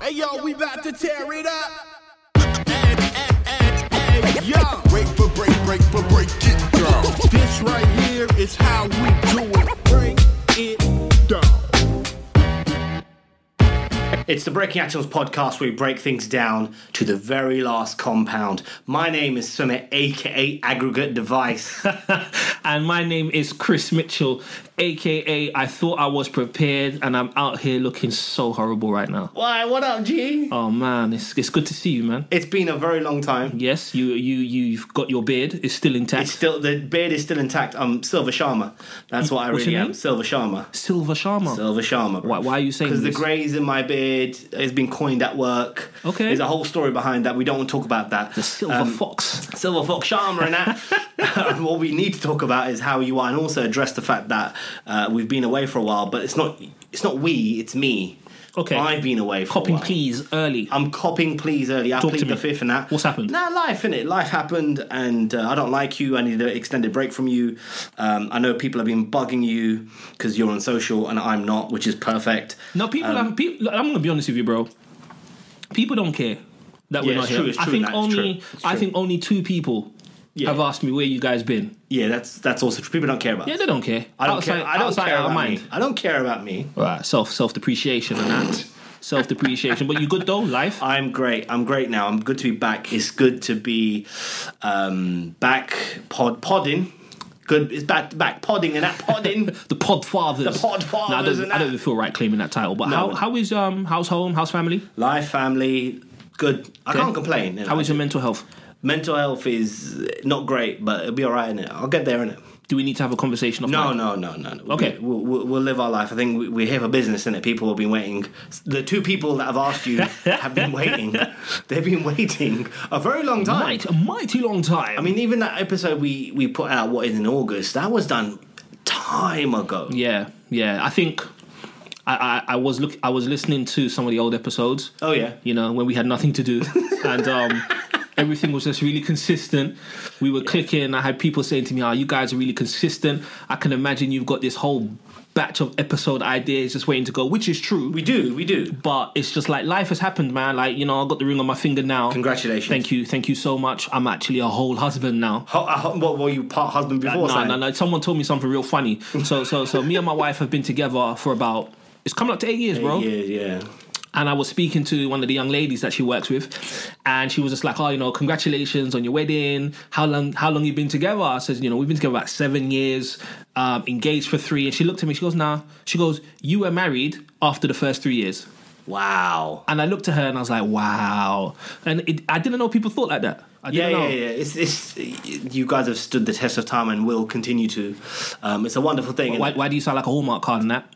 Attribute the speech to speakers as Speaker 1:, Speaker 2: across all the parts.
Speaker 1: Hey yo, we about to tear it up. Hey, hey, hey, hey, yo.
Speaker 2: Break for break, break for break it down.
Speaker 1: This right here is how we do it. Break it down.
Speaker 3: It's the Breaking Actions podcast where we break things down to the very last compound. My name is Summit, aka Aggregate Device.
Speaker 4: and my name is Chris Mitchell, aka I thought I was prepared, and I'm out here looking so horrible right now.
Speaker 3: Why, what up, G?
Speaker 4: Oh man, it's it's good to see you, man.
Speaker 3: It's been a very long time.
Speaker 4: Yes, you you you've got your beard; it's still intact.
Speaker 3: It's still the beard is still intact. I'm Silver Sharma. That's what I
Speaker 4: What's
Speaker 3: really
Speaker 4: your
Speaker 3: am.
Speaker 4: name?
Speaker 3: Silver Sharma.
Speaker 4: Silver Sharma.
Speaker 3: Silver Sharma.
Speaker 4: Why- why are you saying
Speaker 3: Because the
Speaker 4: this?
Speaker 3: greys in my beard has been coined at work.
Speaker 4: Okay.
Speaker 3: There's a whole story behind that. We don't want to talk about that.
Speaker 4: the Silver
Speaker 3: Um,
Speaker 4: Fox.
Speaker 3: Silver Fox Sharma and that. what we need to talk about is how you are, and also address the fact that uh, we've been away for a while. But it's not it's not we, it's me.
Speaker 4: Okay.
Speaker 3: I've been away for a
Speaker 4: Copping
Speaker 3: while.
Speaker 4: please early.
Speaker 3: I'm copping please early. I
Speaker 4: Talk
Speaker 3: plead
Speaker 4: to
Speaker 3: the
Speaker 4: me.
Speaker 3: fifth and that.
Speaker 4: What's happened?
Speaker 3: Nah, life in it. Life happened, and uh, I don't like you. I need an extended break from you. Um, I know people have been bugging you because you're on social and I'm not, which is perfect.
Speaker 4: No, people
Speaker 3: um,
Speaker 4: have people. I'm gonna be honest with you, bro. People don't care that we're
Speaker 3: Yeah,
Speaker 4: not
Speaker 3: it's
Speaker 4: here.
Speaker 3: true, it's
Speaker 4: I
Speaker 3: true,
Speaker 4: think
Speaker 3: that is
Speaker 4: only
Speaker 3: true, it's
Speaker 4: I
Speaker 3: true.
Speaker 4: think only two people
Speaker 3: Yeah.
Speaker 4: have asked me where you guys been.
Speaker 3: Yeah, that's that's also true. People don't care about.
Speaker 4: Yeah,
Speaker 3: us.
Speaker 4: they don't care.
Speaker 3: I don't
Speaker 4: Outside-
Speaker 3: care. I don't
Speaker 4: outside
Speaker 3: care
Speaker 4: our
Speaker 3: about
Speaker 4: mind.
Speaker 3: me. I don't care about me.
Speaker 4: Right, Uh, self self depreciation and that. self depreciation. But you good though, life.
Speaker 3: I'm great. I'm great now. I'm good to be back. It's good to be um, back pod podding. Good. It's back back podding and that podding.
Speaker 4: The pod fathers.
Speaker 3: The pod fathers
Speaker 4: I don't,
Speaker 3: and
Speaker 4: I don't
Speaker 3: that.
Speaker 4: even feel right claiming that title. But
Speaker 3: No.
Speaker 4: how, how is um how's home? How's family?
Speaker 3: Life, family, good. I
Speaker 4: Okay.
Speaker 3: can't complain. you know.
Speaker 4: How is your mental health?
Speaker 3: Mental health is not great, but it'll be all right in it. I'll get there in it.
Speaker 4: Do we need to have a conversation? Off
Speaker 3: No,
Speaker 4: mic?
Speaker 3: no, no, no, no.
Speaker 4: Okay.
Speaker 3: we'll, we'll, we'll live our life. I think we, we're here for business, and people have been waiting. The two people that have asked you have been waiting. They've been waiting a very long time.
Speaker 4: Might, a mighty long time.
Speaker 3: I mean, even that episode we we put out, what is in August, that was done time ago.
Speaker 4: yeah, yeah. I think I, I, I was look I was listening to some of the old episodes.
Speaker 3: Oh yeah,
Speaker 4: you know, when we had nothing to do and um, everything was just really consistent. We were clicking. I had people saying to me, Oh, you guys are really consistent. I can imagine you've got this whole batch of episode ideas just waiting to go, which is true.
Speaker 3: we do, we do.
Speaker 4: but it's just like life has happened, man. Like, you know, I got the ring on my finger now.
Speaker 3: Congratulations.
Speaker 4: Thank you. Thank you so much. I'm actually a whole husband now.
Speaker 3: Ho- uh, ho- what were you part husband before?
Speaker 4: No,
Speaker 3: Simon?
Speaker 4: no, no. Someone told me something real funny. So, so, so, me and my wife have been together for about. It's coming up to eight years, bro.
Speaker 3: Yeah, yeah.
Speaker 4: and I was speaking to one of the young ladies that she works with, and she was just like, "Oh, you know, congratulations on your wedding. How long? How long you been together?" I said, "You know, we've been together about seven years, um, engaged for three. And she looked at me. She goes, "Nah." She goes, "You were married after the first three years."
Speaker 3: Wow.
Speaker 4: And I looked at her and I was like, "Wow!" And it, I didn't know people thought like that. I
Speaker 3: Yeah,
Speaker 4: didn't
Speaker 3: yeah,
Speaker 4: know.
Speaker 3: yeah. It's, it's you guys have stood the test of time and will continue to. Um, it's a wonderful thing.
Speaker 4: Why, why do you sound like a Hallmark card in that?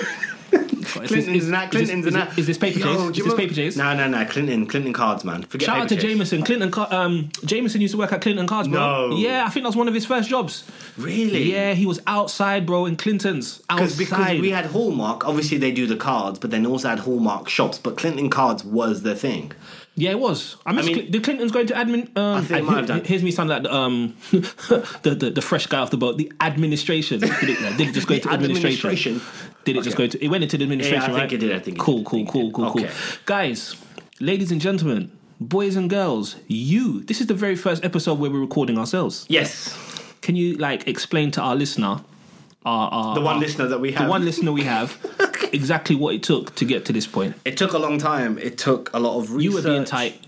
Speaker 4: Clinton's
Speaker 3: Clinton's and that, Clinton's and that.
Speaker 4: Is this paper
Speaker 3: Yo,
Speaker 4: chase?
Speaker 3: do you
Speaker 4: Is this
Speaker 3: remember-
Speaker 4: paper chase?
Speaker 3: No, no, no. Clinton, Clinton cards, man. Forget
Speaker 4: Shout out to
Speaker 3: paper chase.
Speaker 4: Jameson. Clinton, Car- um, Jameson used to work at Clinton Cards, bro.
Speaker 3: No.
Speaker 4: Yeah, I think that was one of his first jobs.
Speaker 3: Really?
Speaker 4: Yeah, he was outside, bro, in Clinton's.
Speaker 3: Because
Speaker 4: Outside.
Speaker 3: because we had Hallmark, obviously they do the cards, but then also had Hallmark shops. But Clinton cards was the thing.
Speaker 4: yeah, it was. I, miss
Speaker 3: mean-
Speaker 4: Cl- did Clinton's going to admin? Um,
Speaker 3: I think it might have done.
Speaker 4: Here's me sounding like the, um, the, the the fresh guy off the boat. The administration. Did it, no, did it just go
Speaker 3: The
Speaker 4: to administration?
Speaker 3: administration.
Speaker 4: Did it just
Speaker 3: Okay.
Speaker 4: go to? It went into the
Speaker 3: Yeah, I
Speaker 4: administration, right?
Speaker 3: think it did, I think it
Speaker 4: cool,
Speaker 3: did, I
Speaker 4: cool,
Speaker 3: think it
Speaker 4: cool,
Speaker 3: did.
Speaker 4: cool, cool.
Speaker 3: Okay.
Speaker 4: Guys, ladies and gentlemen, boys and girls, you. This is the very first episode where we're recording ourselves.
Speaker 3: Yes,
Speaker 4: Can you like explain to our listener, our, our
Speaker 3: the one
Speaker 4: our-
Speaker 3: listener that we
Speaker 4: Ah. the
Speaker 3: have.
Speaker 4: one listener we have, exactly what it took to get to this point?
Speaker 3: it took a long time. It took a lot of research.
Speaker 4: You were being tight.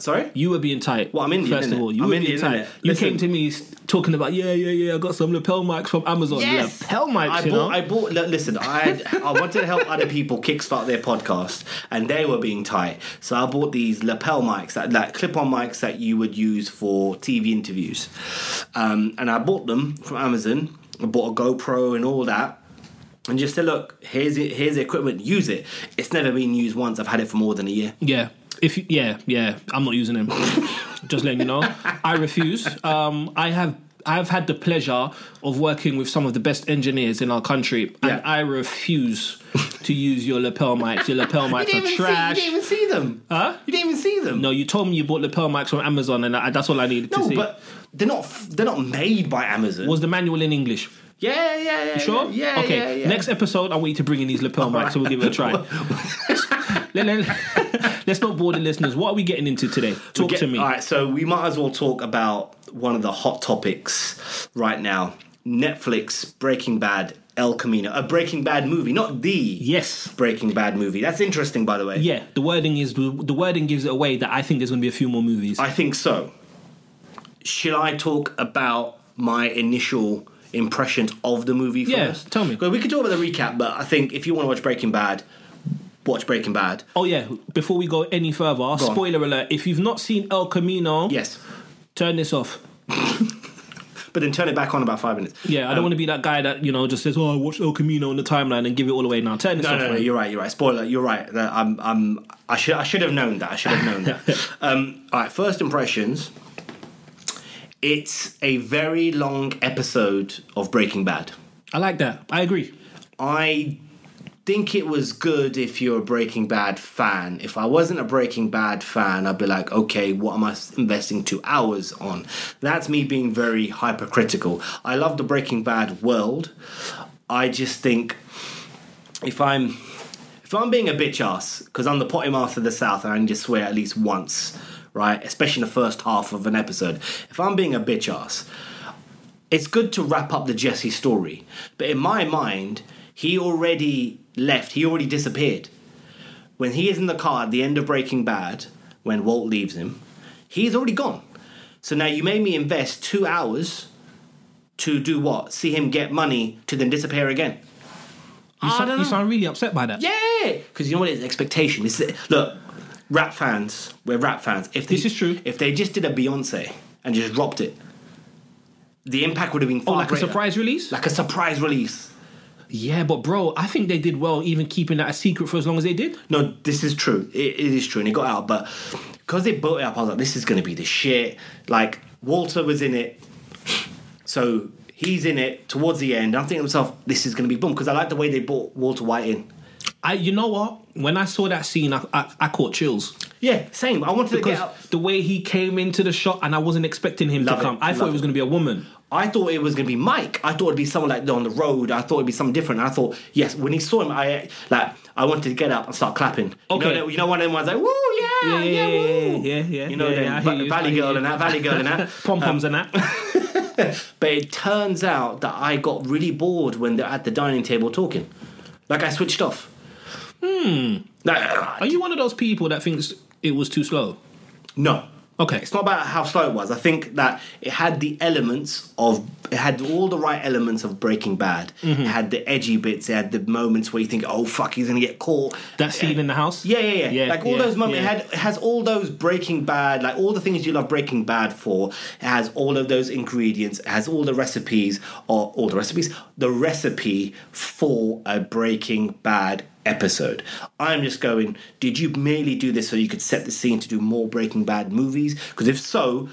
Speaker 3: Sorry.
Speaker 4: You were being tight.
Speaker 3: Well, I'm Indian,
Speaker 4: First
Speaker 3: innit?
Speaker 4: of all, you
Speaker 3: I'm
Speaker 4: were
Speaker 3: Indian,
Speaker 4: being tight.
Speaker 3: innit?
Speaker 4: You
Speaker 3: Listen.
Speaker 4: came to me s- talking about yeah, yeah, yeah. I got some lapel mics from Amazon. lapel mics.
Speaker 3: I
Speaker 4: you
Speaker 3: bought.
Speaker 4: know?
Speaker 3: I bought. li- Listen, I had, I wanted to help other people kickstart their podcast, and they were being tight. So I bought these lapel mics, that like clip-on mics that you would use for TV interviews, um, and I bought them from Amazon. I bought a GoPro and all that. And just said, look, here's it, here's the equipment. Use it. It's never been used once. I've had it for more than a year.
Speaker 4: yeah. If you, yeah, yeah. I'm not using them. Just letting you know, I refuse. Um, I have. I've had the pleasure of working with some of the best engineers in our country, and
Speaker 3: Yeah.
Speaker 4: I refuse to use your lapel mics. Your lapel mics are trash.
Speaker 3: See, you didn't even see them. Huh? You didn't even see them.
Speaker 4: no, you told me you bought lapel mics from Amazon, and I, that's all I needed to
Speaker 3: No,
Speaker 4: see.
Speaker 3: but they're not. f- They're not made by Amazon.
Speaker 4: Was the manual in English?
Speaker 3: yeah, yeah, yeah.
Speaker 4: Sure.
Speaker 3: Yeah.
Speaker 4: okay.
Speaker 3: yeah, yeah.
Speaker 4: Next episode, I want you to bring in these lapel mics, so we'll give it a try. let, us not bore the listeners. What are we getting into today? Talk
Speaker 3: Get-
Speaker 4: to me.
Speaker 3: All right, so we might as well talk about one of the hot topics right now: Netflix Breaking Bad. El Camino, a Breaking Bad movie, not the
Speaker 4: Yes.
Speaker 3: Breaking Bad movie. That's interesting, by the way.
Speaker 4: Yeah, the wording is the wording gives it away that I think there's going to be a few more movies.
Speaker 3: I think so. Should I talk about my initial impressions of the movie
Speaker 4: Yeah,
Speaker 3: first?
Speaker 4: tell me.
Speaker 3: Well, we could talk about the recap, but I think if you want to watch Breaking Bad, watch Breaking Bad.
Speaker 4: oh yeah, before we go any further, spoiler alert: if you've not seen El Camino,
Speaker 3: Yes.
Speaker 4: turn this off.
Speaker 3: But then turn it back on about five minutes.
Speaker 4: Yeah, I don't want to be that guy that you know just says, "Oh, I watched El Camino on the timeline and give it all away now." Turn this
Speaker 3: No,
Speaker 4: off.
Speaker 3: no, no,
Speaker 4: man.
Speaker 3: you're right, you're right. Spoiler, you're right. That I'm, I'm, I should, I should have known that. I should have known that. Um, all right, first impressions. It's a very long episode of Breaking Bad.
Speaker 4: I like that. I agree.
Speaker 3: I think it was good if you're a Breaking Bad fan. If I wasn't a Breaking Bad fan, I'd be like, okay, what am I s- investing two hours on? That's me being very hypercritical. I love the Breaking Bad world. I just think if I'm if I'm being a bitch ass because I'm the potty master of the South and I need to swear at least once, right? Especially in the first half of an episode. If I'm being a bitch ass, it's good to wrap up the Jesse story. But in my mind, he already left, he already disappeared. When he is in the car at the end of Breaking Bad, when Walt leaves him, he's already gone. So now you made me invest two hours to do what? See him get money to then disappear again.
Speaker 4: You,
Speaker 3: I
Speaker 4: sound-
Speaker 3: don't
Speaker 4: you
Speaker 3: know.
Speaker 4: sound really upset by that.
Speaker 3: Ah, Yeah, because you know what? It's expectation. This is, look, rap fans. We're rap fans. If they,
Speaker 4: This is true.
Speaker 3: If they just did a Beyonce and just dropped it, the impact would have been
Speaker 4: Oh,
Speaker 3: far
Speaker 4: like a
Speaker 3: greater.
Speaker 4: surprise release?
Speaker 3: like a surprise release.
Speaker 4: yeah, but bro, I think they did well even keeping that a secret for as long as they did.
Speaker 3: No, this is true. It, it is true, and it got out. But because they built it up, I was like, this is going to be the shit. Like Walter was in it, so he's in it towards the end. I'm thinking to myself, this is going to be boom because I like the way they brought Walter White in.
Speaker 4: I, you know what? When I saw that scene, I, I, I caught chills
Speaker 3: Yeah, same. I wanted to
Speaker 4: because
Speaker 3: get out.
Speaker 4: the way he came into the shot, and I wasn't expecting him
Speaker 3: Love
Speaker 4: to
Speaker 3: it,
Speaker 4: come. I thought
Speaker 3: love
Speaker 4: it was
Speaker 3: it.
Speaker 4: going to be a woman.
Speaker 3: I thought it was gonna be Mike. I thought it'd be someone like on the road. I thought it'd be something different. I thought yes. When he saw him, I like I wanted to get up and start clapping.
Speaker 4: Okay.
Speaker 3: you know, you know one of them was like, "Woo, yeah, yeah,
Speaker 4: Yeah, yeah,
Speaker 3: woo.
Speaker 4: yeah, yeah,
Speaker 3: You know,
Speaker 4: yeah,
Speaker 3: them
Speaker 4: yeah, I
Speaker 3: Va-
Speaker 4: hear you, I
Speaker 3: Valley
Speaker 4: hear
Speaker 3: Girl
Speaker 4: you.
Speaker 3: and that Valley Girl and that.
Speaker 4: Pom poms and that.
Speaker 3: but it turns out that I got really bored when they're at the dining table talking. Like I switched off. Hmm.
Speaker 4: Are you one of those people that thinks it was too slow?
Speaker 3: no.
Speaker 4: Okay,
Speaker 3: It's not about how slow it was. I think that it had the elements of it had all the right elements of Breaking Bad. It had the edgy bits. It had the moments where you think, "Oh fuck, he's gonna get caught."
Speaker 4: that scene in the house.
Speaker 3: Yeah, yeah, yeah. like all
Speaker 4: yeah,
Speaker 3: those moments.
Speaker 4: yeah.
Speaker 3: It had it has all those Breaking Bad, like all the things you love Breaking Bad for. It has all of those ingredients. It has all the recipes or all the recipes. The recipe for a Breaking Bad episode. I'm just going. Did you merely do this so you could set the scene to do more Breaking Bad movies? Because if so,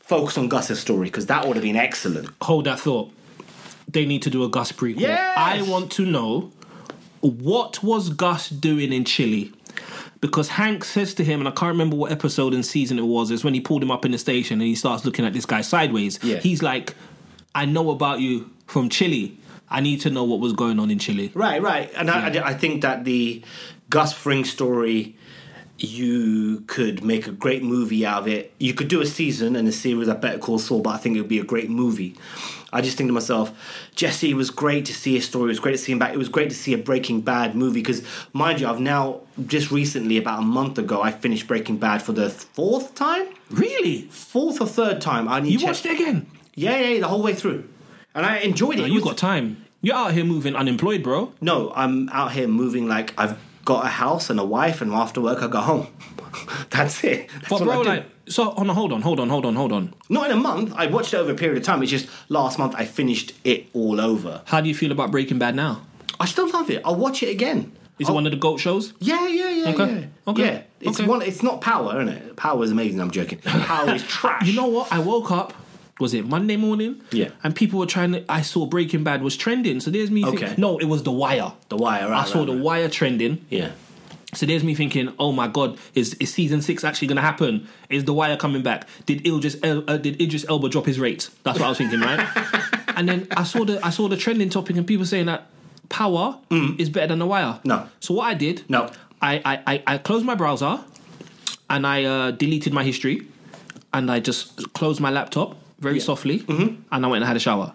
Speaker 3: focus on Gus's story because that would have been excellent.
Speaker 4: hold that thought. They need to do a Gus prequel.
Speaker 3: Yes!
Speaker 4: I want to know what was Gus doing in Chile? Because Hank says to him, and I can't remember what episode and season it was, it's when he pulled him up in the station and he starts looking at this guy sideways.
Speaker 3: Yeah.
Speaker 4: He's like, I know about you from Chile. I need to know what was going on in Chile.
Speaker 3: Right, right. And I- I, I think that the Gus Fring story, you could make a great movie out of it. You could do a season and a series of Better Call Saul, but I think it would be a great movie. I just think to myself, Jesse was great to see his story. It was great to see him back. It was great to see a Breaking Bad movie because, mind you, I've now just recently, about a month ago, I finished Breaking Bad for the fourth time,
Speaker 4: Really?
Speaker 3: fourth or third time. I need
Speaker 4: You
Speaker 3: to check-
Speaker 4: watched it again?
Speaker 3: Yeah, yeah, yeah, the whole way through, and I enjoyed it.
Speaker 4: No,
Speaker 3: It
Speaker 4: you
Speaker 3: was-
Speaker 4: got time. You're out here moving unemployed, bro.
Speaker 3: no, I'm out here moving like I've got a house and a wife, and after work I go home. That's it. That's
Speaker 4: But
Speaker 3: what
Speaker 4: bro,
Speaker 3: I do.
Speaker 4: like, so on. Hold on, hold on, hold on, hold on.
Speaker 3: not in a month. I watched it over a period of time. It's just last month I finished it all over.
Speaker 4: How do you feel about Breaking Bad now?
Speaker 3: I still love it. I'll watch it again.
Speaker 4: Is
Speaker 3: I'll-
Speaker 4: it one of the goat shows?
Speaker 3: Yeah, yeah, yeah,
Speaker 4: Okay.
Speaker 3: yeah.
Speaker 4: Okay.
Speaker 3: Yeah, it's
Speaker 4: Okay.
Speaker 3: one. It's not power, is it? Power is amazing. I'm joking. Power is trash.
Speaker 4: You know what? I woke up. Was it Monday morning?
Speaker 3: Yeah.
Speaker 4: And people were trying to. I saw Breaking Bad was trending. So there's me. think-
Speaker 3: Okay.
Speaker 4: no, it was The Wire.
Speaker 3: The Wire. Right,
Speaker 4: I saw
Speaker 3: right,
Speaker 4: The
Speaker 3: right.
Speaker 4: Wire trending.
Speaker 3: Yeah.
Speaker 4: So there's me thinking, oh my god, is, is season six actually going to happen? Is The Wire coming back? Did Idris El, uh, did Idris Elba drop his rates? That's what I was thinking, right? and then I saw the I saw the trending topic and people saying that Power is better than The Wire.
Speaker 3: Mm. No.
Speaker 4: So what I did?
Speaker 3: No.
Speaker 4: I, I, I, I closed my browser and I uh, deleted my history and I just closed my laptop very softly
Speaker 3: Mm-hmm.
Speaker 4: and I went and had a shower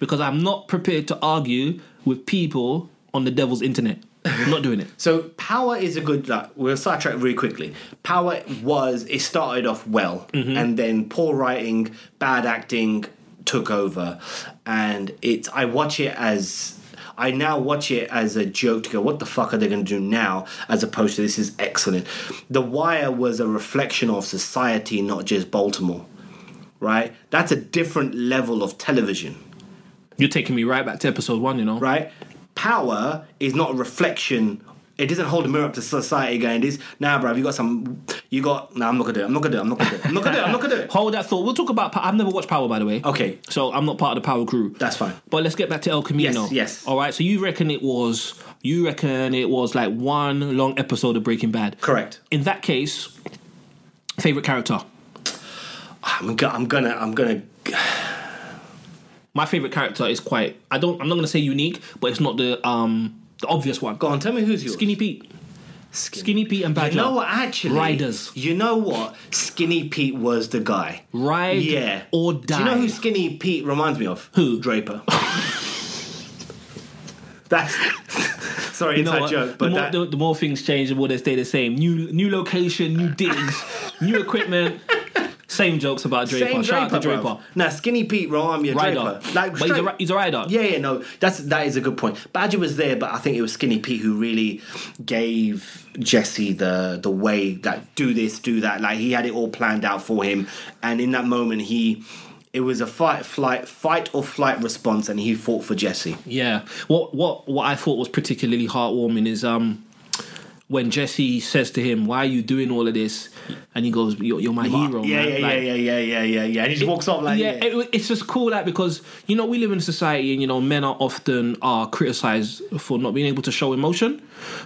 Speaker 4: because I'm not prepared to argue with people on the devil's internet. I'm not doing it.
Speaker 3: So power is a good. Like, we'll sidetrack really quickly. Power was it started off well, and then poor writing, bad acting took over, and it's. I watch it as. I now watch it as a joke to go, what the fuck are they going to do now? As opposed to this is excellent. The Wire was a reflection of society, not just Baltimore, right? That's a different level of television
Speaker 4: You're taking me right back to episode one, you know?
Speaker 3: right? Power is not a reflection. It doesn't hold a mirror up to society going, this, nah, bruv, you got some, you got, nah, I'm not gonna do it, I'm not gonna do it, I'm not gonna do it, I'm not gonna do it, I'm not gonna do it.
Speaker 4: Hold that thought. We'll talk about. Power. I've never watched Power, by the way.
Speaker 3: Okay.
Speaker 4: So I'm not part of the Power crew.
Speaker 3: That's fine.
Speaker 4: But let's get back to El Camino.
Speaker 3: Yes, yes.
Speaker 4: All right. So you reckon it was? You reckon it was like one long episode of Breaking Bad?
Speaker 3: Correct.
Speaker 4: In that case, favorite character.
Speaker 3: I'm, go- I'm gonna, I'm gonna,
Speaker 4: My favorite character is quite. I don't. I'm not gonna say unique, but it's not the um the obvious one.
Speaker 3: go on, tell me who's yours.
Speaker 4: Skinny Pete.
Speaker 3: Skinny.
Speaker 4: Skinny Pete and Badger.
Speaker 3: You know what, actually?
Speaker 4: Riders.
Speaker 3: You know what? Skinny Pete was the guy.
Speaker 4: Ride
Speaker 3: Yeah.
Speaker 4: or
Speaker 3: Do
Speaker 4: die.
Speaker 3: you know who Skinny Pete reminds me of?
Speaker 4: Who?
Speaker 3: Draper. That's, sorry,
Speaker 4: You know
Speaker 3: inside
Speaker 4: what?
Speaker 3: joke,
Speaker 4: the,
Speaker 3: but
Speaker 4: more,
Speaker 3: that,
Speaker 4: the, the more things change, the more they stay the same. New new location, new digs, new equipment. Same jokes about Draper.
Speaker 3: Same
Speaker 4: Shout out to
Speaker 3: Draper,
Speaker 4: Draper.
Speaker 3: bruv. Nah, Skinny Pete remind me of
Speaker 4: Rider.
Speaker 3: Draper.
Speaker 4: but he's a,
Speaker 3: straight-
Speaker 4: ri- he's a rider.
Speaker 3: Yeah, yeah, no, that's that is a good point. Badger was there, but I think it was Skinny Pete who really gave Jesse the the way like do this, do that. Like he had it all planned out for him, and in that moment, he it was a fight, flight, fight or flight response, and he fought for Jesse.
Speaker 4: Yeah. What what what I thought was particularly heartwarming is um when Jesse says to him, "Why are you doing all of this?" and he goes, "You're, you're my hero."
Speaker 3: yeah,
Speaker 4: man."
Speaker 3: yeah,
Speaker 4: Like,
Speaker 3: yeah, yeah, yeah, yeah, yeah, yeah. And he just walks off like
Speaker 4: yeah, it- it's just cool like because you know we live in a society and you know men are often are criticized for not being able to show emotion,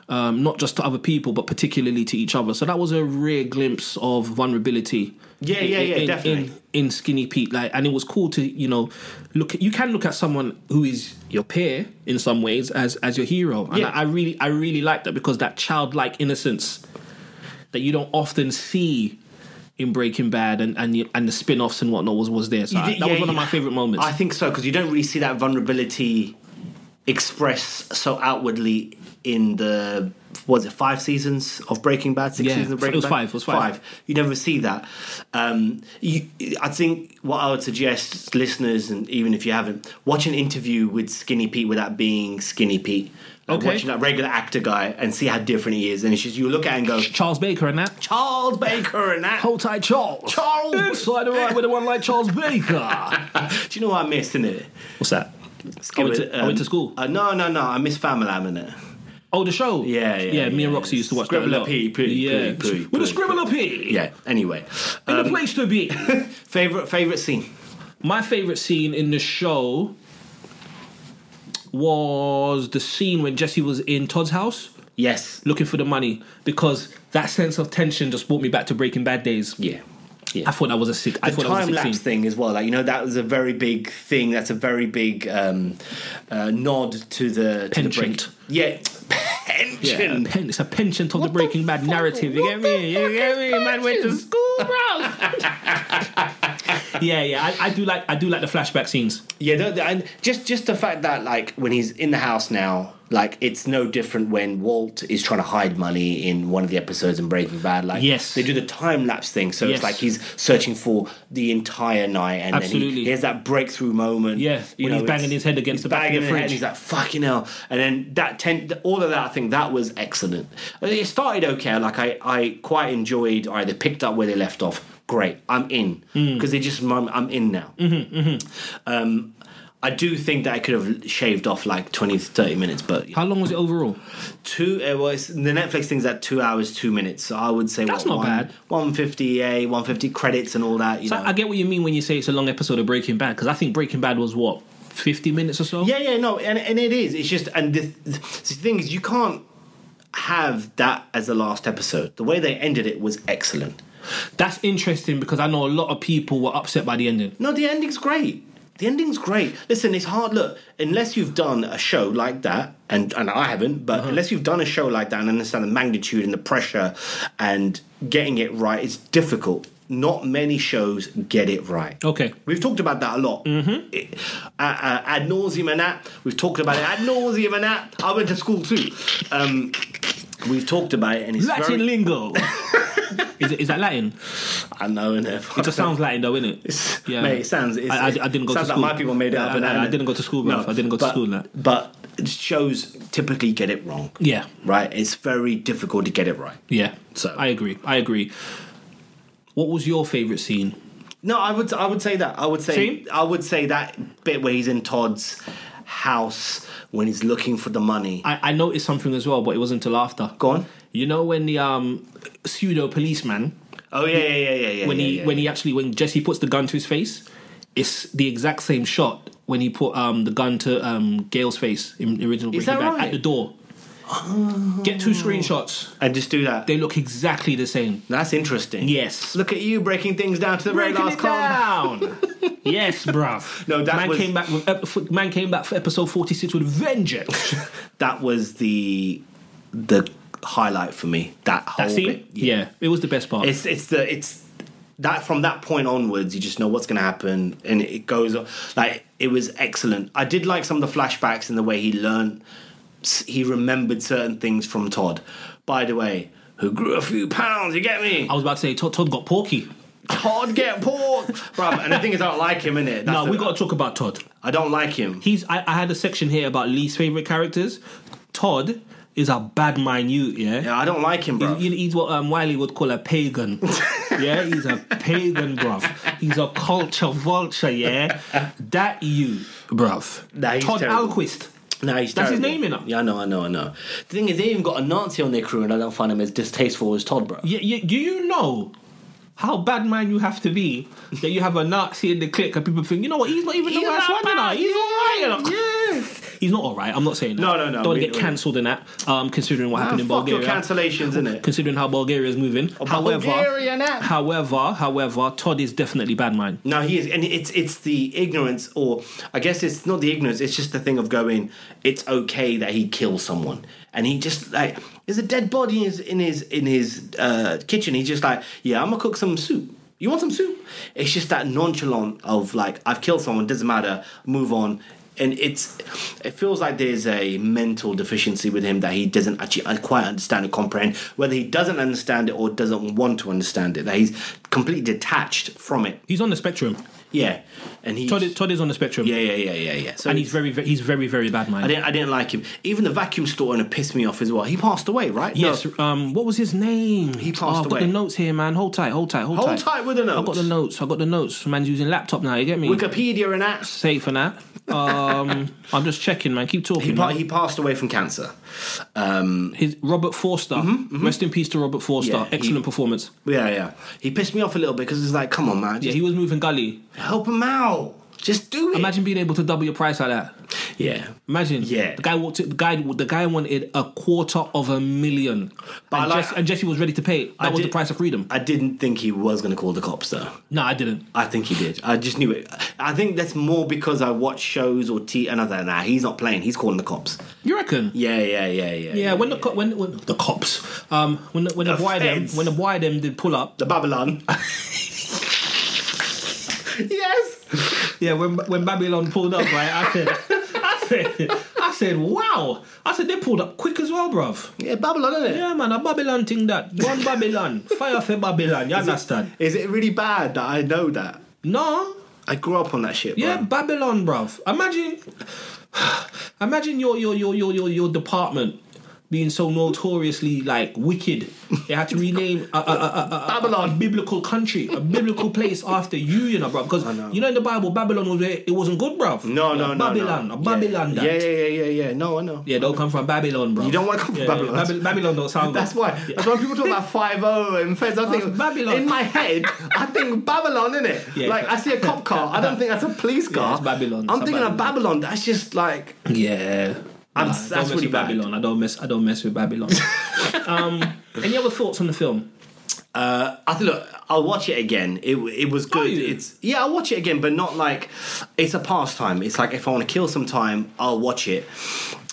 Speaker 4: um, not just to other people but particularly to each other. So that was a rare glimpse of vulnerability.
Speaker 3: Yeah, yeah, yeah,
Speaker 4: in, in-
Speaker 3: definitely.
Speaker 4: In, in Skinny Pete, like, and it was cool to you know look. You can look at someone who is your peer in some ways as as your hero, and
Speaker 3: Yeah.
Speaker 4: I, I really I really like that because that childlike innocence that you don't often see in Breaking Bad and and, you- and the spin offs and whatnot was was there. So
Speaker 3: You
Speaker 4: I-
Speaker 3: did-
Speaker 4: that was
Speaker 3: yeah,
Speaker 4: one of
Speaker 3: you-
Speaker 4: my favorite moments.
Speaker 3: I think so because you don't really see that vulnerability expressed so outwardly in the was it five seasons of Breaking Bad, six
Speaker 4: Yeah,
Speaker 3: seasons of
Speaker 4: it
Speaker 3: Breaking
Speaker 4: was
Speaker 3: Bad,
Speaker 4: five, it was five.
Speaker 3: You never see that. Um, you, I think what I would suggest listeners, and even if you haven't, watch an interview with Skinny Pete without being Skinny Pete. Like
Speaker 4: Okay.
Speaker 3: Watching that regular actor guy and see how different he is, and it's just you look at it and go,
Speaker 4: Charles Baker and that.
Speaker 3: Charles Baker and that.
Speaker 4: Hold tight, Charles.
Speaker 3: Charles.
Speaker 4: Inside the right with the one like Charles Baker.
Speaker 3: Do you know what I missed in it?
Speaker 4: What's that? I went, to, I went to school.
Speaker 3: Uh, no, no, no. I miss Family Man in it.
Speaker 4: Oh, the show.
Speaker 3: Yeah, yeah,
Speaker 4: yeah. me and
Speaker 3: yeah.
Speaker 4: Roxy used to watch that.
Speaker 3: Scribbler
Speaker 4: a lot.
Speaker 3: P, P, P,
Speaker 4: yeah,
Speaker 3: P, P,
Speaker 4: with a
Speaker 3: P.
Speaker 4: scribbler P.
Speaker 3: Yeah. Anyway,
Speaker 4: in
Speaker 3: Um,
Speaker 4: the place to be.
Speaker 3: favorite favorite scene.
Speaker 4: My favorite scene in the show was the scene when Jesse was in Todd's house
Speaker 3: Yes.
Speaker 4: looking for the money because that sense of tension just brought me back to Breaking Bad days.
Speaker 3: Yeah.
Speaker 4: I thought that was a sick. I
Speaker 3: The
Speaker 4: thought
Speaker 3: time
Speaker 4: that was a sick
Speaker 3: lapse
Speaker 4: scene.
Speaker 3: thing as well, like you know, that was a very big thing. That's a very big um, uh, nod to the to the break.
Speaker 4: Penchant.
Speaker 3: Yeah,
Speaker 4: Yeah,
Speaker 3: pension.
Speaker 4: a pen- it's a penchant of the Breaking Bad narrative. You get me? You get me? Man went to school, bro. yeah, yeah. I, I do like. I do like the flashback scenes.
Speaker 3: Yeah, the, the- and just just the fact that like when he's in the house now, like it's no different when Walt is trying to hide money in one of the episodes in Breaking Bad. Like
Speaker 4: Yes.
Speaker 3: they do the time lapse thing, so
Speaker 4: Yes.
Speaker 3: it's like he's searching for the entire night, and then
Speaker 4: Absolutely.
Speaker 3: he, he has that breakthrough moment.
Speaker 4: Yeah, when he's banging
Speaker 3: it's-
Speaker 4: his head against
Speaker 3: he's
Speaker 4: the back of the
Speaker 3: banging his head
Speaker 4: fridge.
Speaker 3: and he's like fucking hell, and then that ten, all of that. I think that was excellent. Uh, It started okay, like I I quite enjoyed. All right, they picked up where they left off. Great, I'm in
Speaker 4: Hmm.
Speaker 3: because they just I'm, I'm in now. Um, I do think that I could have shaved off like 20 to 30 minutes, but
Speaker 4: How long was it overall?
Speaker 3: two, uh, well, it's, the Netflix thing's at two hours, two minutes. So I would say
Speaker 4: That's
Speaker 3: what,
Speaker 4: not
Speaker 3: one-
Speaker 4: bad.
Speaker 3: 150 A, 150 credits and all that, you know.
Speaker 4: I get what you mean when you say it's a long episode of Breaking Bad because I think Breaking Bad was what fifty minutes or so.
Speaker 3: yeah, yeah, no, and, and it is. It's just, and the, the thing is, you can't have that as the last episode. The way they ended it was excellent.
Speaker 4: That's interesting because I know a lot of people were upset by the ending.
Speaker 3: No, the ending's great. The ending's great. Listen, it's hard. Look, unless you've done a show like that, and and I haven't,
Speaker 4: Uh-huh.
Speaker 3: but unless you've done a show like that and understand the magnitude and the pressure, and getting it right, it's difficult. Not many shows get it right.
Speaker 4: Okay.
Speaker 3: We've talked about that a lot. Mm-hmm. Uh, uh, ad nauseum and that. We've talked about it ad nauseum and that. I went to school too. Um, we've talked about it and it's
Speaker 4: Latin
Speaker 3: very.
Speaker 4: lingo. is, it, is that Latin?
Speaker 3: I know, and it
Speaker 4: It just sounds Latin, though, innit?
Speaker 3: yeah. Mate, it sounds. It's,
Speaker 4: I, I, I didn't go
Speaker 3: sounds
Speaker 4: to
Speaker 3: like
Speaker 4: school.
Speaker 3: my people made it
Speaker 4: I-
Speaker 3: up.
Speaker 4: I,
Speaker 3: and
Speaker 4: I, didn't go to school, bro. I didn't go to
Speaker 3: but,
Speaker 4: school. Like.
Speaker 3: But shows typically get it wrong.
Speaker 4: Yeah,
Speaker 3: Right. It's very difficult to get it right.
Speaker 4: yeah.
Speaker 3: So-
Speaker 4: I agree. I agree. What was your favorite scene?
Speaker 3: No, I would. I would say that. I would say.
Speaker 4: Same.
Speaker 3: I would say that bit where he's in Todd's house when he's looking for the money.
Speaker 4: I, I noticed something as well, but it wasn't until after.
Speaker 3: Go on.
Speaker 4: You know when the um, pseudo policeman
Speaker 3: Oh yeah, yeah, yeah, yeah. yeah
Speaker 4: when
Speaker 3: yeah,
Speaker 4: he
Speaker 3: yeah,
Speaker 4: when he actually when Jesse puts the gun to his face, it's the exact same shot when he put um, the gun to um, Gail's face in the original
Speaker 3: Is
Speaker 4: Breaking
Speaker 3: that
Speaker 4: Bad
Speaker 3: right?
Speaker 4: at the door. Get two screenshots.
Speaker 3: and just do that.
Speaker 4: They look exactly the same.
Speaker 3: That's interesting.
Speaker 4: Yes.
Speaker 3: Look at you breaking things down to the very
Speaker 4: Breaking
Speaker 3: last
Speaker 4: it
Speaker 3: card.
Speaker 4: down. yes, bruv.
Speaker 3: No, that
Speaker 4: man
Speaker 3: was-
Speaker 4: came back. With, ep- f- man came back for episode forty six with vengeance.
Speaker 3: That was the the highlight for me. That whole
Speaker 4: That scene.
Speaker 3: bit.
Speaker 4: Yeah. it was the best part.
Speaker 3: It's it's the it's that from that point onwards, you just know what's going to happen, and it goes on. like it was excellent. I did like some of the flashbacks and the way he learned, he remembered certain things from Todd. By the way, who grew a few pounds? You get me?
Speaker 4: I was about to say Todd, Todd got porky.
Speaker 3: Todd get pork, bruv. And the thing is, I don't like him in it.
Speaker 4: no, we got to talk about Todd.
Speaker 3: I don't like him.
Speaker 4: He's. I, I had a section here about least favorite characters. Todd is a bad minute. Yeah.
Speaker 3: Yeah, I don't like him, bro.
Speaker 4: He's, you know, he's what um, Wiley would call a pagan. yeah, he's a pagan, bruv. He's a culture vulture, yeah. That you, bruv.
Speaker 3: Nah, he's
Speaker 4: Todd
Speaker 3: terrible.
Speaker 4: Alquist.
Speaker 3: No, he's
Speaker 4: That's
Speaker 3: terrible.
Speaker 4: his name, you know.
Speaker 3: Yeah, I know, I know, I know. The thing is, they even got a Nazi on their crew, and I don't find him as distasteful as Todd, bro.
Speaker 4: Yeah, yeah, do you know how bad man you have to be that you have a Nazi in the clique and people think, you know what, he's not even the
Speaker 3: He's
Speaker 4: worst
Speaker 3: not
Speaker 4: one, you know,
Speaker 3: bad,
Speaker 4: he's all right. You know? He's not all right. I'm not saying that.
Speaker 3: No, no, no,
Speaker 4: Don't
Speaker 3: we-
Speaker 4: get
Speaker 3: we-
Speaker 4: cancelled in that. Um, considering what
Speaker 3: Ah,
Speaker 4: happened in
Speaker 3: fuck your
Speaker 4: Bulgaria.
Speaker 3: cancellations, innit?
Speaker 4: Considering how Bulgaria is moving, however,
Speaker 3: Bulgaria now.
Speaker 4: however, however, Todd is definitely bad man.
Speaker 3: No, he is, and it's it's the ignorance, or I guess it's not the ignorance. It's just the thing of going. It's okay that he kills someone, and he just like there's a dead body in his in his in his uh, kitchen. He's just like, yeah, I'm gonna cook some soup. You want some soup? It's just that nonchalant of like, I've killed someone. Doesn't matter. Move on. And it's it feels like there's a mental deficiency with him that he doesn't actually quite understand or comprehend. Whether he doesn't understand it or doesn't want to understand it, that he's completely detached from it.
Speaker 4: He's on the spectrum.
Speaker 3: Yeah, and he.
Speaker 4: Todd is, Todd is on the spectrum.
Speaker 3: yeah, yeah, yeah, yeah, yeah. So
Speaker 4: and he's very, very he's very, very bad
Speaker 3: I
Speaker 4: man.
Speaker 3: didn't, I didn't like him. Even the vacuum store owner pissed me off as well. He passed away, right?
Speaker 4: Yes.
Speaker 3: No.
Speaker 4: Um. What was his name?
Speaker 3: He passed
Speaker 4: oh, I've got
Speaker 3: away.
Speaker 4: the notes here, man. Hold tight. Hold tight. Hold,
Speaker 3: Hold tight with the
Speaker 4: I've got
Speaker 3: notes.
Speaker 4: the notes. I've got the notes. Man's using laptop now. You get me?
Speaker 3: Wikipedia and that.
Speaker 4: Safe and that. Um. I'm just checking, man. Keep talking.
Speaker 3: He, pa-
Speaker 4: man.
Speaker 3: he passed away from cancer. Um,
Speaker 4: His Robert Forster. Rest in peace to Robert Forster.
Speaker 3: Mm-hmm, Yeah, he-
Speaker 4: Excellent performance.
Speaker 3: yeah, yeah. He pissed me off a little bit because it's like, come on, man,
Speaker 4: Yeah,
Speaker 3: just
Speaker 4: he was moving gully.
Speaker 3: help him out. Just do it.
Speaker 4: Imagine being able to double your price like that.
Speaker 3: yeah.
Speaker 4: Imagine.
Speaker 3: Yeah.
Speaker 4: The guy walked. The guy. The guy wanted a quarter of a million.
Speaker 3: But I
Speaker 4: and,
Speaker 3: like-
Speaker 4: Jesse, and Jesse was ready to pay. it. That
Speaker 3: I
Speaker 4: was
Speaker 3: did-
Speaker 4: the price of freedom.
Speaker 3: I didn't think he was going to call the cops though.
Speaker 4: no, I didn't.
Speaker 3: I think he did. I just knew it. I think that's more because I watch shows or T. And I thought, nah, he's not playing. He's calling the cops.
Speaker 4: You reckon?
Speaker 3: Yeah, yeah, yeah, yeah.
Speaker 4: Yeah, when the co- when, when the cops, um, when the, when the,
Speaker 3: The
Speaker 4: boy them
Speaker 3: feds.
Speaker 4: when the boy them did pull up,
Speaker 3: the Babylon. yes.
Speaker 4: yeah, when when Babylon pulled up, right, I said, I said, I said, wow, I said they pulled up quick as well, bruv.
Speaker 3: Yeah, Babylon, isn't it?
Speaker 4: Yeah, man, a Babylon thing that one Babylon, fire for Babylon, you understand?
Speaker 3: Is it really bad that I know that?
Speaker 4: No,
Speaker 3: I grew up on that shit.
Speaker 4: yeah,
Speaker 3: bruh.
Speaker 4: Babylon, bruv. Imagine, imagine your your your your your your department. Being so notoriously like wicked, they had to rename a, a, a, a, a, a
Speaker 3: Babylon.
Speaker 4: biblical country, a biblical place after you, you know, bro. Because
Speaker 3: know.
Speaker 4: you know in the Bible, Babylon was it wasn't good, bro.
Speaker 3: No, no, no.
Speaker 4: Babylon,
Speaker 3: no.
Speaker 4: a Babylon.
Speaker 3: Yeah. yeah,
Speaker 4: that.
Speaker 3: yeah, yeah, yeah, yeah. No, I know.
Speaker 4: Yeah, don't come from Babylon, bro.
Speaker 3: You don't wanna come from Babylon.
Speaker 4: Babylon don't sound.
Speaker 3: That's
Speaker 4: good.
Speaker 3: why. That's why people talk about five O and feds. I think
Speaker 4: Babylon.
Speaker 3: in my head, I think Babylon, innit?
Speaker 4: Yeah.
Speaker 3: Like I see a cop car. I don't think that's a police car.
Speaker 4: it's Babylon.
Speaker 3: I'm
Speaker 4: It's a
Speaker 3: thinking of
Speaker 4: Babylon.
Speaker 3: Babylon. That's just like
Speaker 4: Yeah.
Speaker 3: I'm-
Speaker 4: Nah,
Speaker 3: that's
Speaker 4: don't mess
Speaker 3: really
Speaker 4: with
Speaker 3: bad.
Speaker 4: Babylon. I don't mess. I don't mess with Babylon. um, any other thoughts on the film?
Speaker 3: Uh, I think look, I'll watch it again. It it was good.
Speaker 4: you?
Speaker 3: It's yeah, I'll watch it again, but not like it's a pastime. It's like if I want to kill some time, I'll watch it.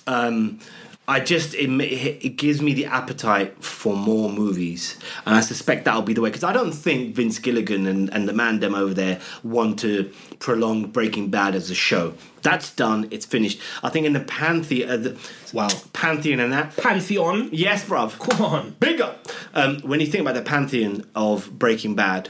Speaker 3: Um, I just it, ma- it gives me the appetite for more movies, and I suspect that'll be the way because I don't think Vince Gilligan and, and the man them over there want to prolong Breaking Bad as a show. That's done. It's finished. I think in the pantheon, uh, the,
Speaker 4: Wow.
Speaker 3: pantheon and that.
Speaker 4: Pantheon.
Speaker 3: Yes, bruv.
Speaker 4: Come on.
Speaker 3: Big up. Um, when you think about the pantheon of Breaking Bad,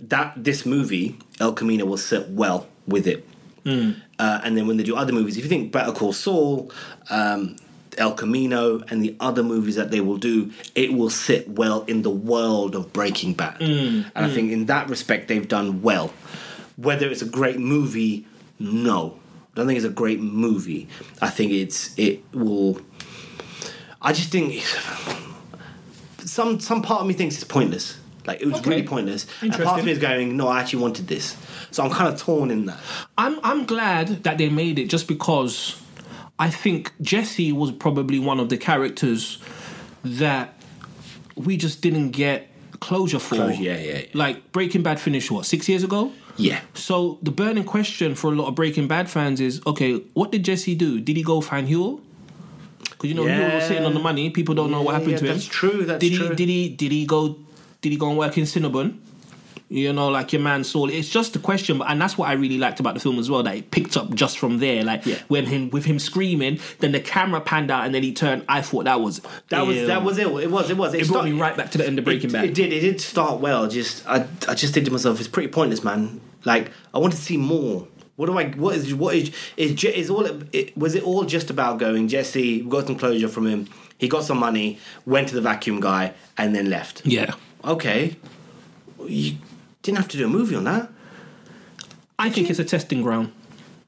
Speaker 3: that this movie El Camino will sit well with it. Uh, and then when they do other movies, if you think Better Call Saul, um, El Camino, and the other movies that they will do, it will sit well in the world of Breaking Bad. And I think in that respect, they've done well. Whether it's a great movie, no. I don't think it's a great movie. I think it's it will. I just think some some part of me thinks it's pointless. Like it was
Speaker 4: Okay.
Speaker 3: really pointless. And part of me is going, no, I actually wanted this. So I'm kind of torn in that.
Speaker 4: I'm I'm glad that they made it just because I think Jesse was probably one of the characters that we just didn't get closure for.
Speaker 3: Closure, yeah, yeah, yeah.
Speaker 4: Like Breaking Bad finished what six years ago.
Speaker 3: Yeah.
Speaker 4: So the burning question for a lot of Breaking Bad fans is: Okay, what did Jesse do? Did he go find Huel? Because you know Huel was
Speaker 3: Yeah.
Speaker 4: sitting on the money. People don't know what
Speaker 3: Yeah,
Speaker 4: happened
Speaker 3: yeah,
Speaker 4: to him.
Speaker 3: that's true, that's
Speaker 4: did
Speaker 3: true.
Speaker 4: he? Did he? Did he go? Did he go and work in Cinnabon? You know, like your man Saul. It's just a question, but and that's what I really liked about the film as well. That it picked up just from there. Like
Speaker 3: Yeah.
Speaker 4: when him with him screaming, then the camera panned out, and then he turned. I thought that was
Speaker 3: That was
Speaker 4: ill.
Speaker 3: that was it. It was it was.
Speaker 4: It brought me right back to the end of Breaking
Speaker 3: it,
Speaker 4: Bad.
Speaker 3: It did. It did start well. Just I I just did to myself. It's pretty pointless, man. Like I want to see more. What do I? What is? What is? Is, Je- is all? It, it, was it all just about going? Jesse we got some closure from him. He got some money. Went to the vacuum guy and then left.
Speaker 4: Yeah,
Speaker 3: Okay, you didn't have to do a movie on that.
Speaker 4: I think it's a testing ground.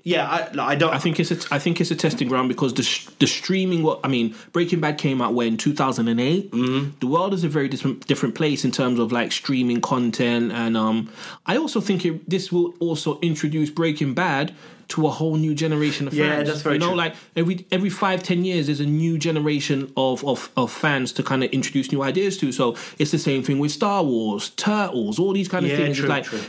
Speaker 3: Yeah, I, like, I don't.
Speaker 4: I think it's a, I think it's a testing ground because the sh- the streaming. What I mean, Breaking Bad came out when two thousand and eight.
Speaker 3: Mm-hmm.
Speaker 4: The world is a very different different place in terms of like streaming content, and um, I also think it, this will also introduce Breaking Bad to a whole new generation of
Speaker 3: Yeah,
Speaker 4: fans.
Speaker 3: that's very
Speaker 4: You know,
Speaker 3: true.
Speaker 4: like every every five ten years, there's a new generation of of, of fans to kind of introduce new ideas to. So it's the same thing with Star Wars, Turtles, all these kind of
Speaker 3: yeah,
Speaker 4: things. It's
Speaker 3: true,
Speaker 4: like,
Speaker 3: true.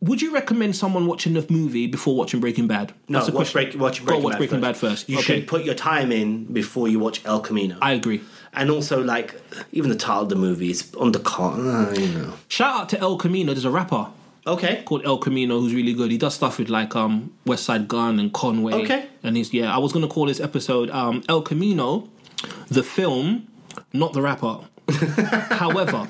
Speaker 4: would you recommend someone watching the movie before watching Breaking Bad?
Speaker 3: No,
Speaker 4: That's the
Speaker 3: watch,
Speaker 4: question.
Speaker 3: break, watch
Speaker 4: Go
Speaker 3: Breaking,
Speaker 4: watch
Speaker 3: Bad,
Speaker 4: Breaking
Speaker 3: first.
Speaker 4: Bad first.
Speaker 3: You
Speaker 4: Okay.
Speaker 3: should put your time in before you watch El Camino.
Speaker 4: I agree.
Speaker 3: and also, like, even the title of the movie is on the car. Uh, you know.
Speaker 4: Shout out to El Camino. There's a rapper
Speaker 3: Okay.
Speaker 4: called El Camino who's really good. He does stuff with like um West Side Gun and Conway.
Speaker 3: Okay.
Speaker 4: And he's yeah. I was gonna call this episode um El Camino, the film, not the rapper. However,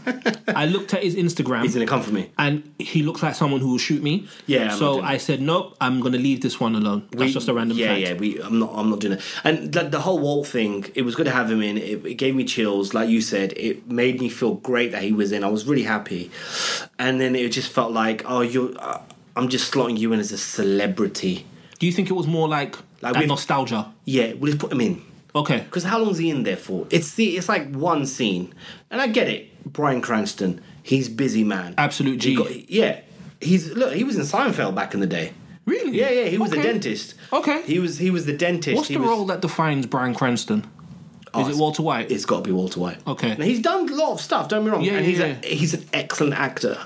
Speaker 4: I looked at his Instagram.
Speaker 3: He's going to come for me.
Speaker 4: and he looks like someone who will shoot me.
Speaker 3: Yeah, I'm not
Speaker 4: so
Speaker 3: doing
Speaker 4: I said nope. I'm gonna leave this one alone. That's just a random
Speaker 3: yeah,
Speaker 4: fact.
Speaker 3: Yeah, we, I'm not. I'm not doing it. And the, the whole Walt thing, it was good to have him in. It, it gave me chills, like you said. It made me feel great that he was in. I was really happy. And then it just felt like, oh, you're. Uh, I'm just slotting you in as a celebrity.
Speaker 4: Do you think it was more like,
Speaker 3: Like
Speaker 4: that
Speaker 3: with-
Speaker 4: nostalgia?
Speaker 3: Yeah, we'll just put him in.
Speaker 4: Okay.
Speaker 3: Because how long's he in there for? It's the, it's like one scene, and I get it. Brian Cranston, he's busy man.
Speaker 4: Absolute
Speaker 3: He
Speaker 4: G.
Speaker 3: got- yeah, he's look. He was in Seinfeld back in the day.
Speaker 4: Really?
Speaker 3: Yeah, yeah. He was the
Speaker 4: Okay.
Speaker 3: dentist.
Speaker 4: Okay.
Speaker 3: He was he was the dentist.
Speaker 4: What's
Speaker 3: he
Speaker 4: the
Speaker 3: was,
Speaker 4: role that defines Brian Cranston?
Speaker 3: Oh,
Speaker 4: Is it
Speaker 3: it's-
Speaker 4: Walter White?
Speaker 3: It's got to be Walter White.
Speaker 4: Okay.
Speaker 3: Now, he's done a lot of stuff. Don't be wrong.
Speaker 4: Yeah,
Speaker 3: and
Speaker 4: yeah,
Speaker 3: he's
Speaker 4: yeah.
Speaker 3: A, he's an excellent actor.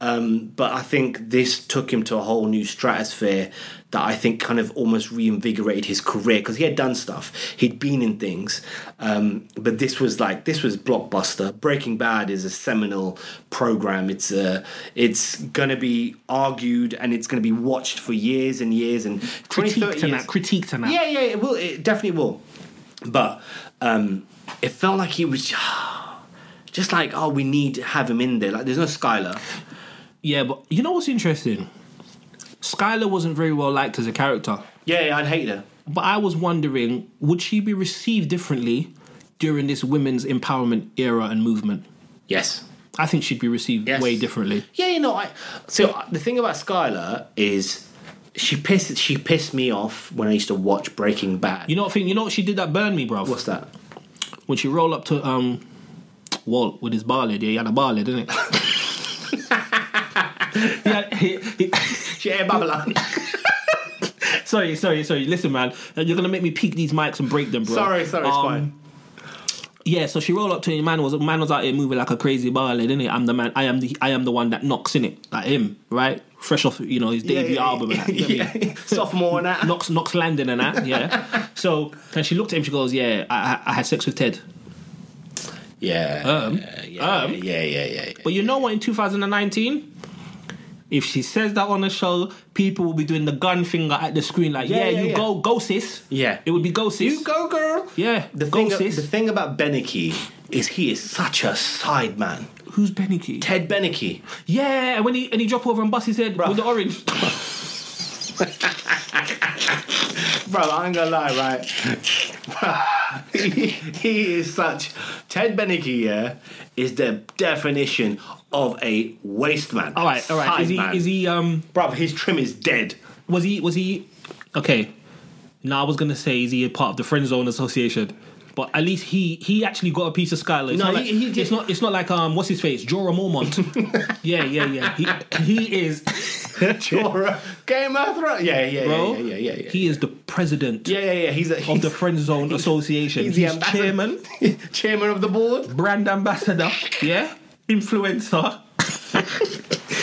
Speaker 3: Um, but I think this took him to a whole new stratosphere that I think kind of almost reinvigorated his career because he had done stuff. He'd been in things, um, but this was like this was blockbuster. Breaking Bad is a seminal program. It's a it's gonna be argued and it's gonna be watched for years and years and 20, 30
Speaker 4: critiqued and
Speaker 3: years.
Speaker 4: that. Critiqued and that.
Speaker 3: Yeah, yeah, it will. It definitely will. But um, it felt like he was just like, oh, we need to have him in there. Like, there's no Skylar.
Speaker 4: Yeah, but you know what's interesting? Skylar wasn't very well liked as a character,
Speaker 3: Yeah, yeah, I'd hate her.
Speaker 4: but I was wondering would she be received differently during this women's empowerment era and movement?
Speaker 3: Yes.
Speaker 4: I think she'd be received
Speaker 3: Yes.
Speaker 4: way differently.
Speaker 3: Yeah, you know, I. So uh, the thing about Skylar is. She pissed. She pissed me off when I used to watch Breaking Bad.
Speaker 4: You know what thing? You know what she did that burned me, bro.
Speaker 3: what's that?
Speaker 4: When she rolled up to um Walt with his barlid. Yeah, he had a barlid, didn't it? yeah, he, he,
Speaker 3: She ate Babylon.
Speaker 4: uh, Sorry, sorry, sorry. Listen, man, you're gonna make me peek these mics and break them, bro.
Speaker 3: sorry, sorry, it's
Speaker 4: Um,
Speaker 3: fine.
Speaker 4: Yeah, so she rolled up to him. Man was man was out here moving like a crazy baller, didn't he? I'm the man. I am the I am the one that knocks in it, like him, right? Fresh off you know his
Speaker 3: Yeah,
Speaker 4: debut
Speaker 3: yeah,
Speaker 4: album, and that, you know what I mean?
Speaker 3: yeah. sophomore and that.
Speaker 4: Knox Knox Landon and that, yeah. so and she looked at him. She goes, "Yeah, I, I I had sex with Ted."
Speaker 3: Yeah,
Speaker 4: Um,
Speaker 3: yeah,
Speaker 4: um.
Speaker 3: yeah, yeah, yeah, yeah.
Speaker 4: But you know what? In 2019, if she says that on the show, people will be doing the gun finger at the screen, like, "Yeah,
Speaker 3: Yeah, yeah,
Speaker 4: you
Speaker 3: yeah.
Speaker 4: go, go sis."
Speaker 3: Yeah.
Speaker 4: it would be go sis.
Speaker 3: You go, girl.
Speaker 4: Yeah,
Speaker 3: The
Speaker 4: go
Speaker 3: thing,
Speaker 4: sis.
Speaker 3: the thing about Beneke is he is such a side man.
Speaker 4: Who's Benny Key?
Speaker 3: Ted Beneke.
Speaker 4: Yeah, and when he and he dropped over and bust his head
Speaker 3: Bruh.
Speaker 4: with the orange.
Speaker 3: Bro, I ain't gonna lie, right? Bro, he, he is such. Ted Beneke, yeah, is the definition of a waste man.
Speaker 4: all right, all right. Is he? Is he? Um,
Speaker 3: Bro, his trim is dead.
Speaker 4: was he? Was he? Okay. Now I was gonna say is he a part of the friend zone association? But at least he he actually got a piece of Skylar. It's
Speaker 3: No,
Speaker 4: not
Speaker 3: he-
Speaker 4: like,
Speaker 3: he did.
Speaker 4: It's not it's not like um what's his face Jorah Mormont. yeah, yeah, yeah. He he is
Speaker 3: Jorah, Game of Thrones. Yeah, yeah,
Speaker 4: bro.
Speaker 3: yeah, yeah, yeah, yeah. yeah.
Speaker 4: He is the president
Speaker 3: yeah, yeah, yeah. He's a,
Speaker 4: of
Speaker 3: he's,
Speaker 4: the friend zone association.
Speaker 3: he's
Speaker 4: He's,
Speaker 3: the ambassador.
Speaker 4: chairman,
Speaker 3: chairman of the board,
Speaker 4: brand ambassador. Yeah, influencer,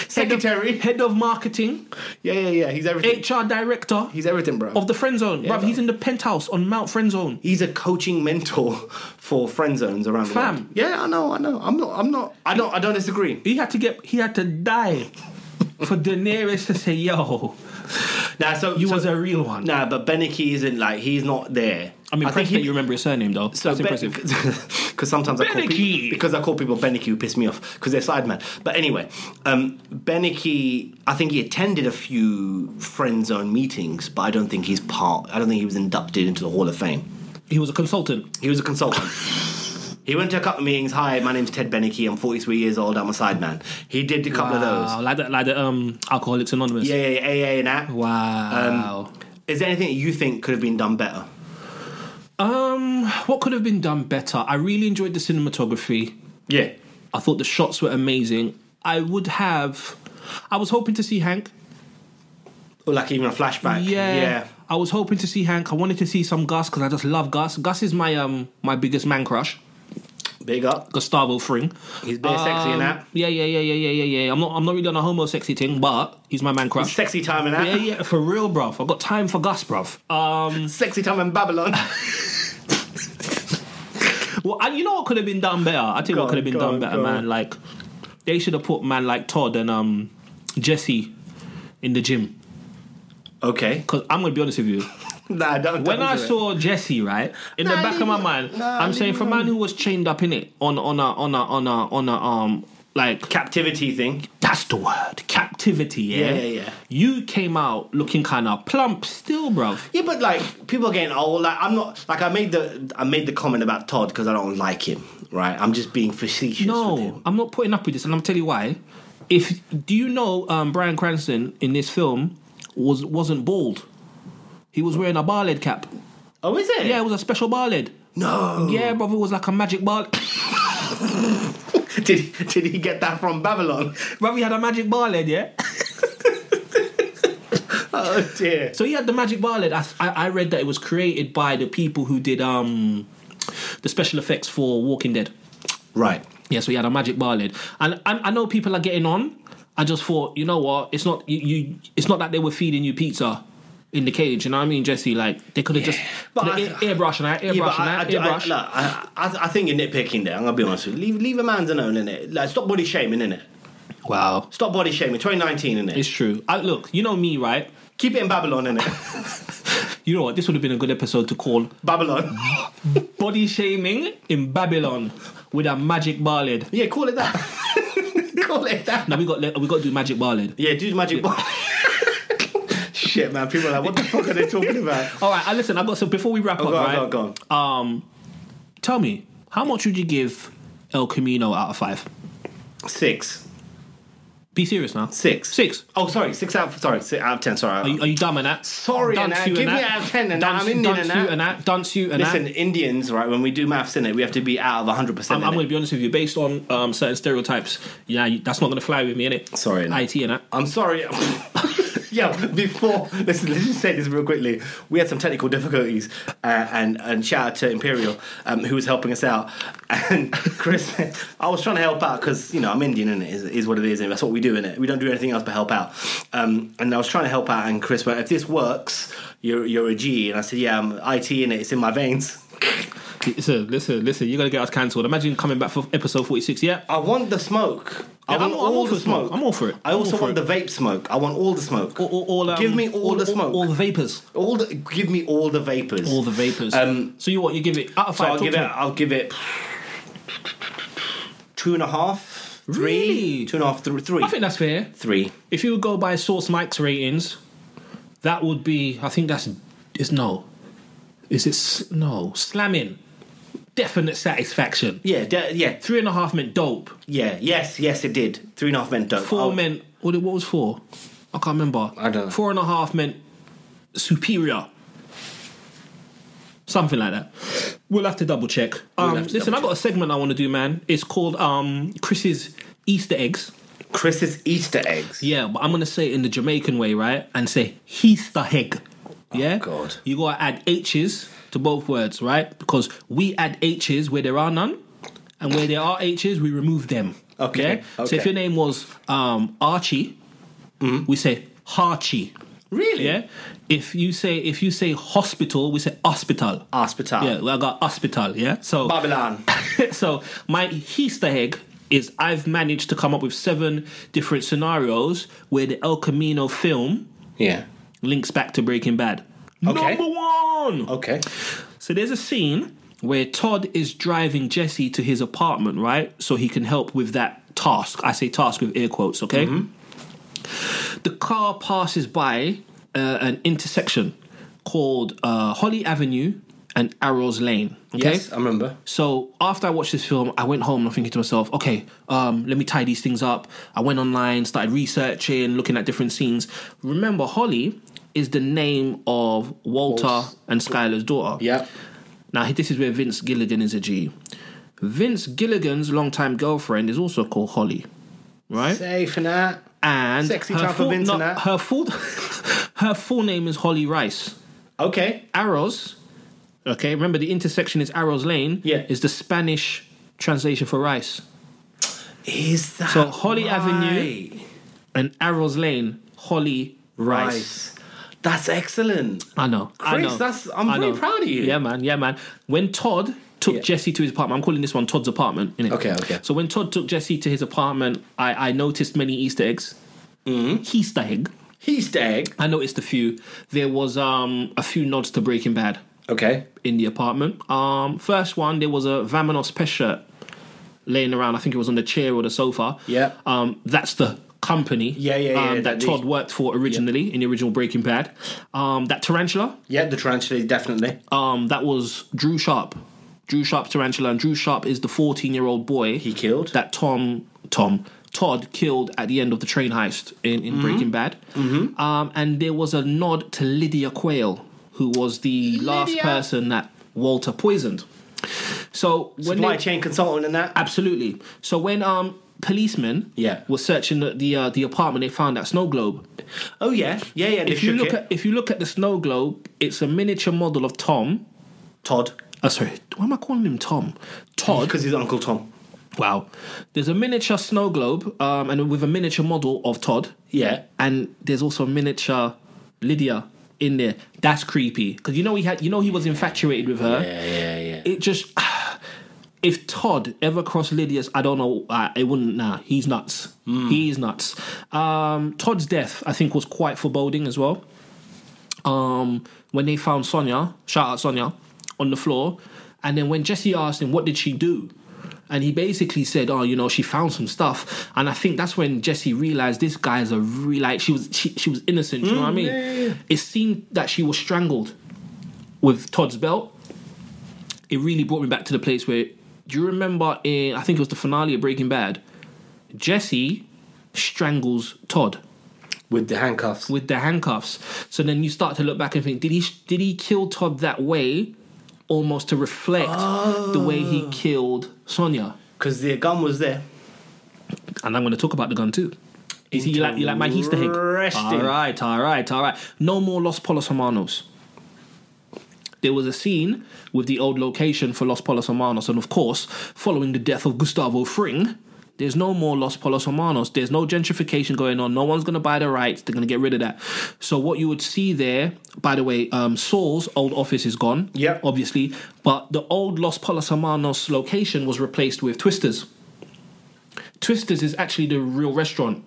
Speaker 3: secretary.
Speaker 4: head of marketing,
Speaker 3: Yeah, yeah, yeah. He's everything.
Speaker 4: HR director.
Speaker 3: He's everything, bro.
Speaker 4: of the friend zone. bruv,
Speaker 3: bro.
Speaker 4: he's in the penthouse on Mount Friend Zone.
Speaker 3: He's a coaching mentor for friend zones around the
Speaker 4: Fam.
Speaker 3: world. Yeah, I know, I know. I'm not. I'm not. I don't. I don't disagree.
Speaker 4: He had to get he had to die for Daenerys to say, yo,
Speaker 3: Nah, so
Speaker 4: you
Speaker 3: so-
Speaker 4: was a real one.
Speaker 3: Nah, but Beneke isn't like he's not there.
Speaker 4: I'm impressed
Speaker 3: I think he-
Speaker 4: that you remember his surname though.
Speaker 3: So
Speaker 4: That's impressive.
Speaker 3: because sometimes I call
Speaker 4: Beneke.
Speaker 3: people, because I call people Beneke who piss me off because they're sidemen. But anyway, um, Beneke, I think he attended a few friend zone meetings, but I don't think he's part. I don't think he was inducted into the Hall of Fame.
Speaker 4: He was a consultant.
Speaker 3: He was a consultant. he went to a couple of meetings. Hi, my name's Ted Beneke. I'm 43 years old. I'm a sideman. He did a couple of
Speaker 4: Wow,
Speaker 3: those.
Speaker 4: Like the, like the um Alcoholics Anonymous.
Speaker 3: Yeah, yeah, yeah, AA and that.
Speaker 4: Wow.
Speaker 3: Is there anything that you think could have been done better?
Speaker 4: Um, what could have been done better? I really enjoyed the cinematography.
Speaker 3: Yeah.
Speaker 4: I thought the shots were amazing. I would have I was hoping to see Hank.
Speaker 3: Or like even a flashback.
Speaker 4: Yeah.
Speaker 3: Yeah.
Speaker 4: I was hoping to see Hank. I wanted to see some Gus because I just love Gus. Gus is my um my biggest man crush.
Speaker 3: Big up.
Speaker 4: Gustavo Fring. Um,
Speaker 3: He's bare sexy in that.
Speaker 4: Yeah, yeah, yeah, yeah, yeah, yeah, yeah. I'm not I'm not really on a homo sexy thing, but he's my man crush.
Speaker 3: Sexy time in that.
Speaker 4: yeah, yeah, for real, bruv. I've got time for Gus, bruv. Um,
Speaker 3: Sexy time in Babylon.
Speaker 4: well, and you know what could have been done better? I think
Speaker 3: Go
Speaker 4: what could have been
Speaker 3: on, go
Speaker 4: done
Speaker 3: on,
Speaker 4: better,
Speaker 3: go
Speaker 4: man.
Speaker 3: on.
Speaker 4: Like, they should have put man like Todd and um, Jesse in the gym.
Speaker 3: okay.
Speaker 4: Because I'm going to be honest with you.
Speaker 3: Nah, don't.
Speaker 4: When
Speaker 3: don't
Speaker 4: I
Speaker 3: do it.
Speaker 4: saw Jesse, right, in the
Speaker 3: Nah,
Speaker 4: back of my
Speaker 3: leave it-
Speaker 4: mind,
Speaker 3: nah,
Speaker 4: I'm
Speaker 3: leave
Speaker 4: saying
Speaker 3: it
Speaker 4: for a man who was chained up in it on on a on a on a on a um like
Speaker 3: captivity thing,
Speaker 4: that's the word captivity. Yeah,
Speaker 3: Yeah, yeah, yeah.
Speaker 4: You came out looking kind of plump still, bruv.
Speaker 3: yeah, but like people are getting old. Like I'm not like I made the I made the comment about Todd because I don't like him. Right, I'm just being facetious. with him.
Speaker 4: No, I'm not putting up with this, and I'm tell you why. If do you know um, Brian Cranston in this film was wasn't bald? He was wearing a bar lid cap.
Speaker 3: Oh, is it?
Speaker 4: Yeah, it was a special bar lid.
Speaker 3: No.
Speaker 4: Yeah, brother, it was like a magic bar.
Speaker 3: Did did he get that from Babylon?
Speaker 4: brother, he had a magic bar lid. Yeah.
Speaker 3: Oh dear.
Speaker 4: So he had the magic barlet. I, I I read that it was created by the people who did um the special effects for Walking Dead.
Speaker 3: Right.
Speaker 4: Yeah, so he had a magic barlet, and I, I know people are getting on. I just thought, you know what? It's not you, you. It's not like they were feeding you pizza in the cage. You know what I mean, Jesse? Like they could have just
Speaker 3: But
Speaker 4: but I,
Speaker 3: I-
Speaker 4: airbrush and that, airbrush
Speaker 3: Yeah, but
Speaker 4: and
Speaker 3: I, I,
Speaker 4: that,
Speaker 3: do- I,
Speaker 4: airbrush.
Speaker 3: look, I, I, I think you're nitpicking there. I'm gonna be honest with you. Leave leave a man's alone in it. Like stop body shaming in it.
Speaker 4: wow,
Speaker 3: Stop body shaming. 2019 in
Speaker 4: it's
Speaker 3: it.
Speaker 4: true. I, look, you know me, right?
Speaker 3: Keep it in Babylon in it.
Speaker 4: You know what? This would have been a good episode to call
Speaker 3: Babylon.
Speaker 4: body shaming in Babylon with a magic barlet.
Speaker 3: Yeah, call it that. call it that.
Speaker 4: Now we got we got to do magic barlet.
Speaker 3: Yeah, dude's magic ball. Shit, man. People are like, what the fuck are they talking about?
Speaker 4: All right, I listen. I got so before we wrap
Speaker 3: Oh,
Speaker 4: up,
Speaker 3: go on,
Speaker 4: right?
Speaker 3: go on, go on.
Speaker 4: Tell me, how much would you give El Camino out of five?
Speaker 3: Six.
Speaker 4: Be serious now.
Speaker 3: Six.
Speaker 4: Six.
Speaker 3: Oh, sorry. Six out of, sorry, six out of ten. Sorry.
Speaker 4: Are you, are you dumb and that?
Speaker 3: Sorry,
Speaker 4: Dunce
Speaker 3: Anna.
Speaker 4: you
Speaker 3: Give
Speaker 4: and
Speaker 3: me
Speaker 4: that.
Speaker 3: out of 10 and that.
Speaker 4: Dunce-
Speaker 3: I'm Indian
Speaker 4: dunce
Speaker 3: and
Speaker 4: you
Speaker 3: that.
Speaker 4: and that. Dunce you and
Speaker 3: Listen,
Speaker 4: that.
Speaker 3: Indians, right, when we do maths in it, we have to be out of 100%.
Speaker 4: I'm, I'm going to
Speaker 3: innit?
Speaker 4: be honest with you. Based on um, certain stereotypes, yeah, you, that's not going to fly with me, innit?
Speaker 3: Sorry, innit?
Speaker 4: It and that.
Speaker 3: I'm sorry. yeah, before let's, let's just say this real quickly. We had some technical difficulties, uh, and and shout out to Imperial, um, who was helping us out. And Chris, I was trying to help out because you know I'm Indian, and it is, is what it is, and that's what we do in it. We don't do anything else but help out. Um, and I was trying to help out, and Chris went, "If this works, you're you're a G." And I said, "Yeah, I'm IT in it. It's in my veins."
Speaker 4: Listen, listen, listen. You're gonna get us cancelled. Imagine coming back for episode 46. Yeah,
Speaker 3: I want the smoke. I
Speaker 4: Yeah,
Speaker 3: want
Speaker 4: I'm- I'm
Speaker 3: all
Speaker 4: all
Speaker 3: the
Speaker 4: for
Speaker 3: smoke.
Speaker 4: smoke. I'm all for it.
Speaker 3: I
Speaker 4: I'm
Speaker 3: also
Speaker 4: all for
Speaker 3: want
Speaker 4: it.
Speaker 3: the vape smoke. I want all the smoke.
Speaker 4: all, all, all, um,
Speaker 3: give me all, the smoke.
Speaker 4: all, all the vapors,
Speaker 3: All the give me all the vapors.
Speaker 4: all the vapors.
Speaker 3: Um,
Speaker 4: so you what? You give it out of
Speaker 3: So
Speaker 4: five.
Speaker 3: I'll
Speaker 4: talk
Speaker 3: give it.
Speaker 4: to me.
Speaker 3: I'll give it two and a half, three,
Speaker 4: Really?
Speaker 3: two and a half, th- three,
Speaker 4: I think that's fair.
Speaker 3: three.
Speaker 4: If you would go by Source Mike's ratings, that would be. I think that's. Is no. Is it s- no slamming? Definite satisfaction.
Speaker 3: Yeah, de- yeah, th-
Speaker 4: Three and a half meant dope.
Speaker 3: yeah. Yes, yes, it did. Three and a half meant dope.
Speaker 4: 4
Speaker 3: I'll-
Speaker 4: meant what? What was four? I can't remember.
Speaker 3: Oh. I don't know.
Speaker 4: Four and a half meant superior. Something like that. We'll have to double check. um,
Speaker 3: have to
Speaker 4: listen,
Speaker 3: double
Speaker 4: I've got a segment I want to do, man. It's called um, Chris's Easter eggs.
Speaker 3: Chris's Easter eggs.
Speaker 4: Yeah, but I'm gonna say it in the Jamaican way, right? And say Easter egg. Yeah.
Speaker 3: Oh, God.
Speaker 4: You gotta add H's to both words, right? Because we add H's where there are none, and where there are H's, we remove them.
Speaker 3: Okay,
Speaker 4: yeah? So
Speaker 3: okay. Mm-hmm.
Speaker 4: if your name was um, Archie, we say Harchie.
Speaker 3: Really?
Speaker 4: Yeah. If you say if you say hospital, we say hospital.
Speaker 3: Ah. Hospital.
Speaker 4: Yeah, well, I got hospital. Yeah. So
Speaker 3: Babylon.
Speaker 4: so my Easter egg is I've managed to come up with seven different scenarios where the El Camino film
Speaker 3: yeah.
Speaker 4: links back to Breaking Bad.
Speaker 3: Okay.
Speaker 4: Number one.
Speaker 3: Okay.
Speaker 4: So there's a scene where Todd is driving Jesse to his apartment, right? So he can help with that task. I say task with air quotes, okay?
Speaker 3: Mm-hmm.
Speaker 4: The car passes by uh, an intersection called uh, Holly Avenue and Arrows Lane. Okay?
Speaker 3: Yes, I remember.
Speaker 4: So after I watched this film, I went home and I'm thinking to myself, okay, um, let me tie these things up. I went online, started researching, looking at different scenes. Remember, Holly is the name of Walter
Speaker 3: Walt's-
Speaker 4: and Skylar's daughter.
Speaker 3: Yeah.
Speaker 4: Now this is where Vince Gilligan is a G. Vince Gilligan's longtime girlfriend is also called Holly, right?
Speaker 3: Safe and that.
Speaker 4: and
Speaker 3: Sexy type of
Speaker 4: full,
Speaker 3: Vince
Speaker 4: no,
Speaker 3: and that.
Speaker 4: her full her full name is Holly Rice.
Speaker 3: Okay.
Speaker 4: Arrows. Okay, remember the intersection is Arrows Lane.
Speaker 3: Yeah.
Speaker 4: is the Spanish translation for rice.
Speaker 3: Is that
Speaker 4: So Holly
Speaker 3: right?
Speaker 4: Avenue, and Arrows Lane, Holly Rice.
Speaker 3: Rice. That's excellent.
Speaker 4: I know, I
Speaker 3: Chris,
Speaker 4: know.
Speaker 3: that's- I'm
Speaker 4: I
Speaker 3: very
Speaker 4: know.
Speaker 3: proud of you.
Speaker 4: Yeah, man. Yeah, man. When Todd took
Speaker 3: Yeah.
Speaker 4: Jesse to his apartment, I'm calling this one Todd's apartment. Innit?
Speaker 3: Okay, okay.
Speaker 4: So when Todd took Jesse to his apartment, I, I noticed many Easter eggs.
Speaker 3: Mm-hmm.
Speaker 4: Mm. Easter egg.
Speaker 3: Easter egg.
Speaker 4: I noticed a few. There was um a few nods to Breaking Bad.
Speaker 3: Okay.
Speaker 4: in the apartment. Um, first one, there was a Vamanos pet shirt laying around. I think it was on the chair or the sofa.
Speaker 3: Yeah.
Speaker 4: Um, that's the company.
Speaker 3: Yeah, yeah, yeah,
Speaker 4: um,
Speaker 3: yeah,
Speaker 4: that
Speaker 3: that
Speaker 4: Todd
Speaker 3: they-
Speaker 4: worked for originally in the original Breaking Bad. Um, that tarantula.
Speaker 3: Yeah, the tarantula definitely.
Speaker 4: Um, that was Drew Sharp. Drew Sharp's tarantula, and Drew Sharp is the fourteen-year-old boy
Speaker 3: He killed.
Speaker 4: that Tom Tom Todd killed at the end of the train heist in, in Breaking Bad. Mm-hmm. Um, and there was a nod to Lydia Quayle, who was the last
Speaker 3: Lydia.
Speaker 4: person that Walter poisoned. So when
Speaker 3: supply
Speaker 4: they-
Speaker 3: chain consultant and that.
Speaker 4: absolutely, so when um policemen
Speaker 3: Yeah.
Speaker 4: were searching the the, uh, the apartment, they found that snow globe.
Speaker 3: Oh yeah, yeah, yeah. They
Speaker 4: If you
Speaker 3: shook
Speaker 4: look
Speaker 3: it.
Speaker 4: at if you look at the snow globe, it's a miniature model of Tom.
Speaker 3: Todd
Speaker 4: Oh, sorry, why am I calling him Tom? Todd.
Speaker 3: because he's Uncle Tom.
Speaker 4: Wow. There's a miniature snow globe, um, and with a miniature model of Todd.
Speaker 3: Yeah.
Speaker 4: And there's also a miniature Lydia in there. That's creepy because you know he had, you know he was infatuated with her.
Speaker 3: Yeah, yeah, yeah.
Speaker 4: It just, if Todd ever crossed Lydia's, I don't know. Uh, it wouldn't. Nah, he's nuts. He's nuts. Um, Todd's death, I think, was quite foreboding as well. Um, when they found Sonia, shout out Sonia, on the floor, and then when Jesse asked him, "What did she do?" and he basically said, "Oh, you know, she found some stuff," and I think that's when Jesse realized this guy is a real like she was she, she was innocent. You know what I mean? It seemed that she was strangled with Todd's belt it really brought me back to the place where do you remember in I think it was the finale of Breaking Bad, Jesse strangles Todd
Speaker 3: With the handcuffs.
Speaker 4: with the handcuffs. So then you start to look back and think, did he did he kill Todd that way, almost to reflect the way he killed Sonia?
Speaker 3: Because the gun was there.
Speaker 4: And I'm going to talk about the gun too. Is he you like you like my Easter egg?
Speaker 3: Interesting.
Speaker 4: All right, all right, all right. No more Los Polos Hermanos. There was a scene with the old location for Los Polos Hermanos, and of course, following the death of Gustavo Fring, there's no more Los Polos Hermanos. There's no gentrification going on. No one's going to buy the rights. They're going to get rid of that. So what you would see there, by the way, um, Saul's old office is gone.
Speaker 3: Yep.
Speaker 4: obviously, but the old Los Polos Hermanos location was replaced with Twisters. Twisters is actually the real restaurant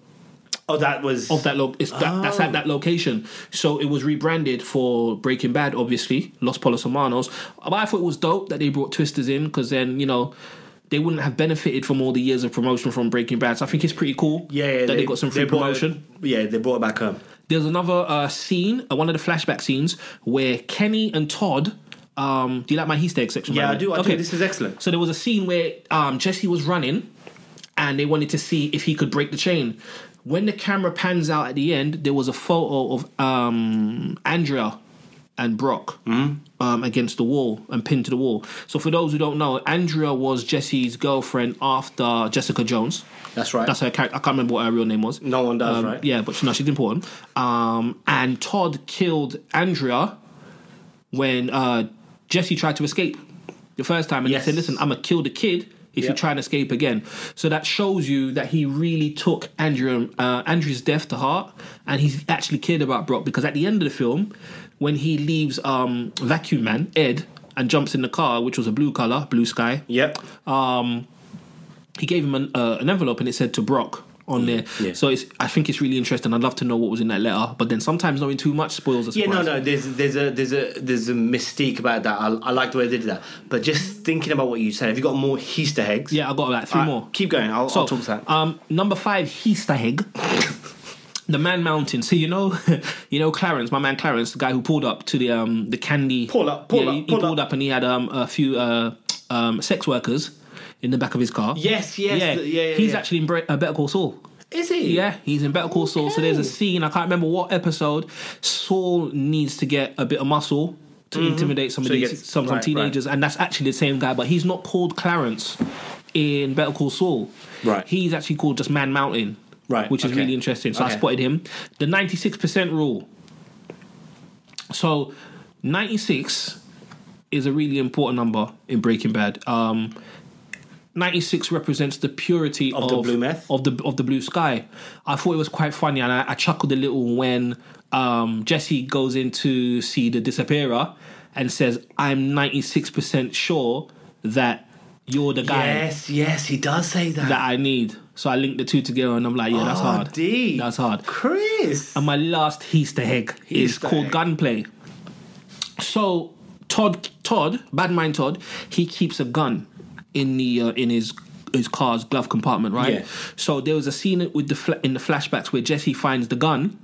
Speaker 3: Oh, that was
Speaker 4: of that lo- it's that, that's
Speaker 3: Oh.
Speaker 4: at that location. So it was rebranded for Breaking Bad, obviously Los Polos Hermanos. But I thought it was dope that they brought Twisters in because then you know they wouldn't have benefited from all the years of promotion from Breaking Bad. So I think it's pretty cool.
Speaker 3: yeah, yeah
Speaker 4: that they, got some free
Speaker 3: brought it-
Speaker 4: promotion.
Speaker 3: yeah, they brought it back home.
Speaker 4: There's another uh, scene, uh, one of the flashback scenes where Kenny and Todd. Um, do you like my Easter egg section?
Speaker 3: Yeah,
Speaker 4: by
Speaker 3: I
Speaker 4: the
Speaker 3: do.
Speaker 4: way?
Speaker 3: I do. This is excellent.
Speaker 4: So there was a scene where um, Jesse was running, and they wanted to see if he could break the chain. When the camera pans out at the end, there was a photo of um, Andrea and Brock um, against the wall and pinned to the wall. So for those who don't know, Andrea was Jesse's girlfriend after Jessica Jones.
Speaker 3: That's right.
Speaker 4: That's her character. I can't remember what her real name was.
Speaker 3: No one does,
Speaker 4: Um,
Speaker 3: right?
Speaker 4: Yeah, but she- no, she's important. Um, and Todd killed Andrea when uh, Jesse tried to escape the first time, and
Speaker 3: Yes.
Speaker 4: he said, "Listen, I'm gonna kill the kid if you
Speaker 3: Yep.
Speaker 4: try and escape again." So that shows you that he really took Andrew uh, Andrew's death to heart, and he's actually cared about Brock because at the end of the film, when he leaves um, Vacuum Man Ed and jumps in the car, which was a blue color, blue sky,
Speaker 3: Yep.
Speaker 4: he gave him an, uh, an envelope and it said to Brock on there.
Speaker 3: Mm, Yeah.
Speaker 4: So it's I think it's really interesting. I'd love to know what was in that letter, but then sometimes knowing too much spoils the
Speaker 3: Yeah,
Speaker 4: surprise.
Speaker 3: no, no. There's there's a there's a there's a mystique about that. I, I like the way they did that. But just thinking about what you said, have you got more Easter eggs?
Speaker 4: Yeah, I got like three
Speaker 3: All right,
Speaker 4: more.
Speaker 3: Keep going. I'll,
Speaker 4: So,
Speaker 3: I'll talk to that.
Speaker 4: Um, number five, Easter egg. The Man Mountain. So you know, you know Clarence, my man Clarence, the guy who pulled up to the um the candy.
Speaker 3: Pull up, pull
Speaker 4: yeah,
Speaker 3: up,
Speaker 4: he,
Speaker 3: pull
Speaker 4: he pulled up. and he had um a few uh um sex workers in the back of his car.
Speaker 3: yes, yes, yeah, yeah. yeah
Speaker 4: he's
Speaker 3: yeah.
Speaker 4: actually in Bre- uh, Better Call Saul.
Speaker 3: Is he?
Speaker 4: Yeah, he's in Better Call Saul. So there's a scene I can't remember what episode. Saul needs to get a bit of muscle to intimidate some
Speaker 3: Mm-hmm. So he
Speaker 4: of these
Speaker 3: gets-
Speaker 4: some, some
Speaker 3: right,
Speaker 4: teenagers, and that's actually the same guy, but he's not called Clarence in Better Call Saul.
Speaker 3: Right.
Speaker 4: he's actually called just Man Mountain.
Speaker 3: Right,
Speaker 4: which is
Speaker 3: okay.
Speaker 4: really interesting. So
Speaker 3: Okay.
Speaker 4: I spotted him. The ninety six percent rule. So ninety six is a really important number in Breaking Bad. Um, 96 represents the purity
Speaker 3: Of
Speaker 4: of,
Speaker 3: the blue meth?
Speaker 4: of the of the blue sky. I thought it was quite funny, and I, I chuckled a little when um, Jesse goes in to see the disappearer and says, "I'm 96 percent sure that you're the guy
Speaker 3: Yes, yes. He does say that.
Speaker 4: that I need." So I linked the two together, and I'm like, "Yeah, that's
Speaker 3: Oh,
Speaker 4: hard.
Speaker 3: D.
Speaker 4: That's hard." Um,
Speaker 3: Chris.
Speaker 4: And my last Easter egg is
Speaker 3: Easter
Speaker 4: called
Speaker 3: egg.
Speaker 4: gunplay. So Todd, Todd, bad mind Todd, he keeps a gun in the uh, in his his car's glove compartment, right?
Speaker 3: Yeah.
Speaker 4: So there was a scene with the fla- in the flashbacks where Jesse finds the gun.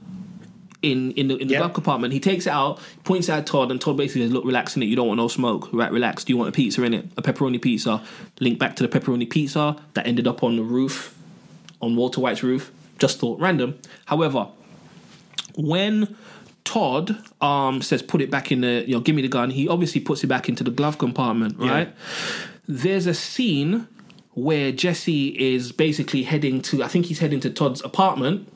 Speaker 4: In, in the in the
Speaker 3: Yeah.
Speaker 4: glove compartment, he takes it out, points it at Todd, and Todd basically says, "Look, relax in it. You don't want no smoke, right? Relax. Do you want a pizza in it? A pepperoni pizza? Link back to the pepperoni pizza that ended up on the roof, on Walter White's roof. Just thought random. However, when Todd um, says, "Put it back in the, you know, give me the gun," he obviously puts it back into the glove compartment, right? There's a scene where Jesse is basically heading to, I think he's heading to Todd's apartment.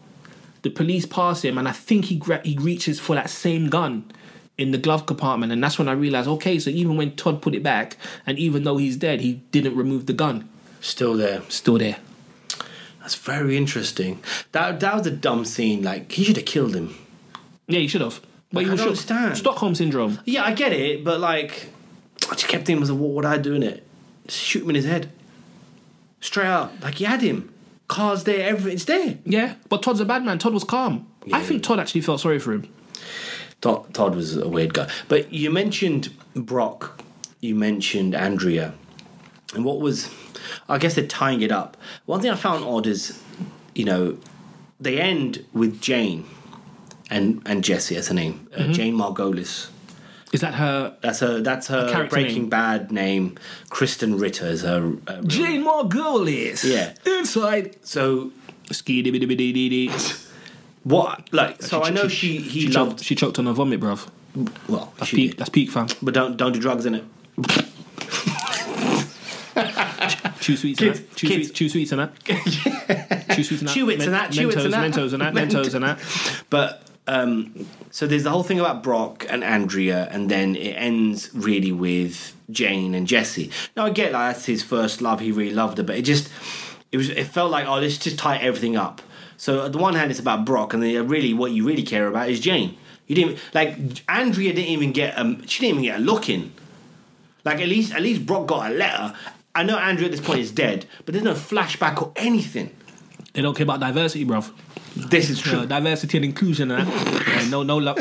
Speaker 4: The police pass him, and I think he gra- he reaches for that same gun in the glove compartment, and that's when I realized, okay, so even when Todd put it back, and even though he's dead, he didn't remove the gun,
Speaker 3: Still there.
Speaker 4: still there.
Speaker 3: That's very interesting. That that was a dumb scene. Like he should have killed him.
Speaker 4: Yeah, you should have. But
Speaker 3: Like,
Speaker 4: you
Speaker 3: I don't
Speaker 4: should-
Speaker 3: understand.
Speaker 4: Stockholm syndrome.
Speaker 3: Yeah, I get it, but like, I just kept thinking, was what would I do in it? Just shoot him in his head, straight up. Like he had him. Cars there, everything's there.
Speaker 4: Yeah, but Todd's a bad man. Todd was calm. I think Todd actually felt sorry for him.
Speaker 3: Todd, Todd was a weird guy. But you mentioned Brock, you mentioned Andrea, and what was, I guess they're tying it up. One thing I found odd is, you know, they end with Jane and and Jesse as her name,
Speaker 4: Mm-hmm.
Speaker 3: uh, Jane Margolis.
Speaker 4: Is that her?
Speaker 3: That's her. That's her
Speaker 4: character
Speaker 3: Breaking
Speaker 4: name.
Speaker 3: Bad name. Kristen Ritter is her. Uh, real-
Speaker 4: Jane Margulies.
Speaker 3: Yeah.
Speaker 4: Inside.
Speaker 3: so
Speaker 4: Ski dee dee dee dee dee.
Speaker 3: what? Like, so I know she he
Speaker 4: She choked,
Speaker 3: loved.
Speaker 4: she choked on her vomit, bruv.
Speaker 3: Well,
Speaker 4: That's
Speaker 3: she
Speaker 4: peak.
Speaker 3: did.
Speaker 4: That's peak, fam.
Speaker 3: but don't don't do drugs in it.
Speaker 4: Chew sweets,
Speaker 3: Kids,
Speaker 4: innit? Chew
Speaker 3: kids.
Speaker 4: sweets, chew sweets, innit? Chew sweets and that.
Speaker 3: Chew it
Speaker 4: Men-
Speaker 3: and that, chew it
Speaker 4: Mentos,
Speaker 3: and that.
Speaker 4: Mentos and that.
Speaker 3: Ment-
Speaker 4: Mentos and that.
Speaker 3: But um, so there's the whole thing about Brock and Andrea, and then it ends really with Jane and Jesse. Now I get like that's his first love; he really loved her, but it just it was it felt like oh let's just tie everything up. So on the one hand, it's about Brock, and then really what you really care about is Jane. You didn't like Andrea didn't even get um she didn't even get a look in. Like at least at least Brock got a letter. I know Andrea at this point is dead, but there's no flashback or anything.
Speaker 4: They don't care about diversity, bruv.
Speaker 3: This is true.
Speaker 4: Uh, diversity and inclusion, and that. Yeah, no, no love,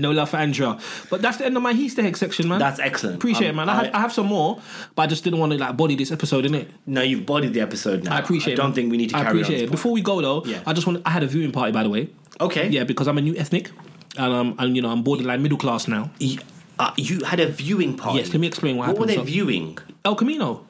Speaker 4: no love for Andrea. But that's the end of my Easter egg section, man.
Speaker 3: That's excellent.
Speaker 4: Appreciate
Speaker 3: Um,
Speaker 4: it, man. I,
Speaker 3: I-
Speaker 4: have, I have some more, but I just didn't want to like body this episode, innit?
Speaker 3: No, you've bodied the episode now.
Speaker 4: I
Speaker 3: I
Speaker 4: appreciate. it.
Speaker 3: don't think we need to
Speaker 4: I
Speaker 3: carry
Speaker 4: appreciate
Speaker 3: on.
Speaker 4: it. Before we go though,
Speaker 3: Yeah.
Speaker 4: I just want. I had a viewing party, by the way.
Speaker 3: Okay.
Speaker 4: Yeah, because I'm a new ethnic, and um, and you know I'm borderline middle class now.
Speaker 3: Y- uh, you had a viewing party.
Speaker 4: Yes, let me explain what
Speaker 3: What were they
Speaker 4: happened, so-
Speaker 3: viewing?
Speaker 4: El Camino.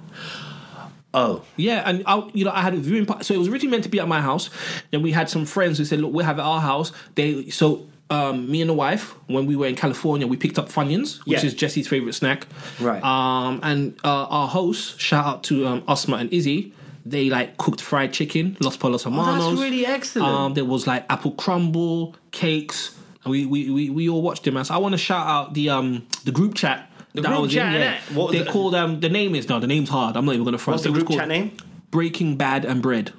Speaker 3: Oh,
Speaker 4: Yeah, and I, you know, I had a viewing party. So it was originally meant to be at my house. Then we had some friends who said, "Look, we'll have it at our house." They so um, me and the wife, when we were in California, we picked up Funyuns, which
Speaker 3: Yeah.
Speaker 4: is Jesse's favorite snack.
Speaker 3: Right.
Speaker 4: Um, and uh, our hosts, shout out to um, Osma and Izzy. They like cooked fried chicken, Los Polos Hermanos.
Speaker 3: Oh, really excellent.
Speaker 4: Um, there was like apple crumble, cakes. And we, we, we, we all watched them. And so I want to shout out the um the group chat. The that I
Speaker 3: group
Speaker 4: was
Speaker 3: chat,
Speaker 4: in, yeah.
Speaker 3: innit? What was
Speaker 4: they
Speaker 3: the-
Speaker 4: called um the name is no the name's hard. I'm not even gonna front.
Speaker 3: What's the
Speaker 4: It was
Speaker 3: group
Speaker 4: called-
Speaker 3: chat name?
Speaker 4: Breaking Bad and Bread.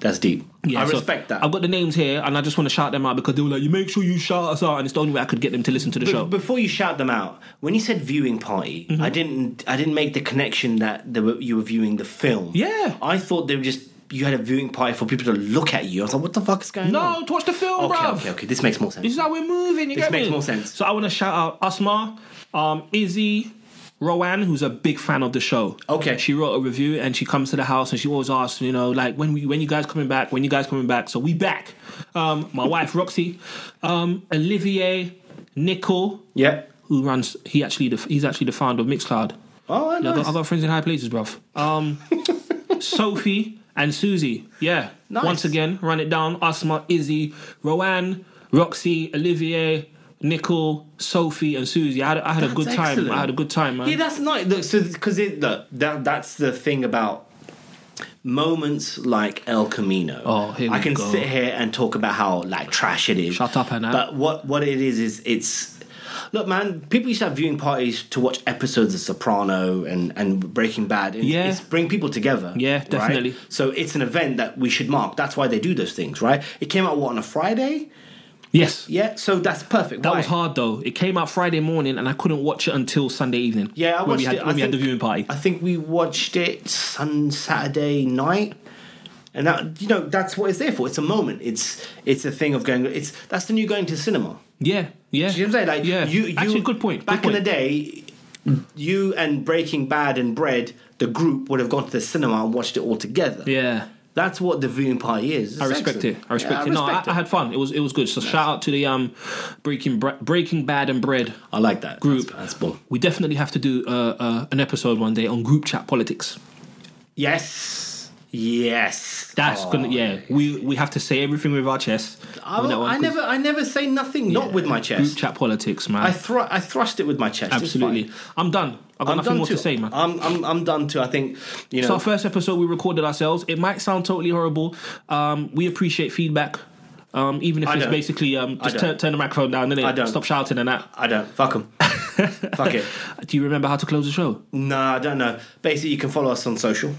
Speaker 3: that's deep. I
Speaker 4: so
Speaker 3: respect that.
Speaker 4: I've got the names here, and I just want to shout them out because they were like, "You make sure you shout us out," and it's the only way I could get them to listen to the show.
Speaker 3: Before you shout them out, when you said viewing party,
Speaker 4: Mm-hmm.
Speaker 3: I didn't. I didn't make the connection that they were, you were viewing the film.
Speaker 4: Yeah.
Speaker 3: I thought they were just. You had a viewing party for people to look at you. I was like, what the fuck is going
Speaker 4: no,
Speaker 3: on?
Speaker 4: to watch the film,
Speaker 3: Okay,
Speaker 4: bruv.
Speaker 3: okay, okay. This makes more sense.
Speaker 4: This is how we're moving. You
Speaker 3: This
Speaker 4: get
Speaker 3: makes
Speaker 4: me?
Speaker 3: more sense.
Speaker 4: So I want to shout out Asma, um, Izzy, Rowan, who's a big fan of the show.
Speaker 3: Okay.
Speaker 4: she wrote a review and she comes to the house and she always asks, you know, like when we, when you guys coming back, when you guys coming back. So we back. Um, my wife Roxy, um, Olivier, Nicole,
Speaker 3: yeah.
Speaker 4: who runs. He actually the, he's actually the founder of Mixcloud.
Speaker 3: Oh,
Speaker 4: Yeah, I got, I
Speaker 3: nice.
Speaker 4: got friends in high places, bruv. Um, Sophie and Susie. Yeah.
Speaker 3: Nice.
Speaker 4: Once again, run it down. Asma, Izzy, Rowan, Roxy, Olivier, Nicole, Sophie, and Susie. I had, I had a
Speaker 3: That's
Speaker 4: good time.
Speaker 3: excellent.
Speaker 4: I had a good time, man.
Speaker 3: Yeah, that's nice. Look, so because it look that that's the thing about moments like El Camino.
Speaker 4: Oh, here
Speaker 3: I
Speaker 4: we
Speaker 3: can
Speaker 4: go.
Speaker 3: sit here and talk about how like trash it is.
Speaker 4: Shut up, Hannah.
Speaker 3: But what what it is is it's. Look, man. People used to have viewing parties to watch episodes of Soprano and, and Breaking Bad. And
Speaker 4: Yeah.
Speaker 3: it's bring people together.
Speaker 4: Yeah,
Speaker 3: right?
Speaker 4: definitely.
Speaker 3: So it's an event that we should mark. That's why they do those things, right? It came out what on a Friday.
Speaker 4: yes.
Speaker 3: Yeah, so that's perfect.
Speaker 4: That
Speaker 3: Why?
Speaker 4: was hard, though. It came out Friday morning, and I couldn't watch it until Sunday evening.
Speaker 3: Yeah, I
Speaker 4: when
Speaker 3: watched
Speaker 4: we had,
Speaker 3: it. I
Speaker 4: When we had the
Speaker 3: think-
Speaker 4: viewing party.
Speaker 3: I think we watched it on Saturday night. And that you know that's what it's there for. It's a moment. It's it's a thing of going. It's that's the new going to cinema.
Speaker 4: yeah, yeah.
Speaker 3: Do you know what I'm saying? Like
Speaker 4: yeah.
Speaker 3: you, you
Speaker 4: Actually, good point.
Speaker 3: Back
Speaker 4: good
Speaker 3: in the day, you and Breaking Bad and Bread, the group would have gone to the cinema and watched it all together.
Speaker 4: Yeah.
Speaker 3: that's what the viewing party is. It's
Speaker 4: I respect
Speaker 3: excellent.
Speaker 4: it. I respect
Speaker 3: Yeah,
Speaker 4: it. No, I,
Speaker 3: respect
Speaker 4: I had fun. It was it was good. So shout out to the um breaking Bre- breaking bad and bread.
Speaker 3: I like that
Speaker 4: Group.
Speaker 3: That's, that's boom.
Speaker 4: We definitely have to do uh, uh, an episode one day on group chat politics.
Speaker 3: Yes, yes.
Speaker 4: That's
Speaker 3: Oh,
Speaker 4: gonna yeah. We we have to say everything with our chest.
Speaker 3: I,
Speaker 4: on that one,
Speaker 3: I
Speaker 4: 'cause
Speaker 3: never I never say nothing. Not with my chest.
Speaker 4: Group chat politics, man.
Speaker 3: I thr- I thrust it with my chest. It's
Speaker 4: Absolutely.
Speaker 3: fine.
Speaker 4: I'm done. I've got
Speaker 3: I'm
Speaker 4: nothing
Speaker 3: done
Speaker 4: more
Speaker 3: too.
Speaker 4: to say, man.
Speaker 3: I'm, I'm I'm done too. I think you know.
Speaker 4: So our first episode we recorded ourselves. It might sound totally horrible. Um, we appreciate feedback. Um, even if
Speaker 3: I
Speaker 4: it's
Speaker 3: don't.
Speaker 4: basically um, just
Speaker 3: don't.
Speaker 4: turn, turn the microphone down, innit?
Speaker 3: I don't.
Speaker 4: Stop shouting and that.
Speaker 3: I don't fuck them. fuck it.
Speaker 4: Do you remember how to close the show?
Speaker 3: No, I don't know. Basically, you can follow us on social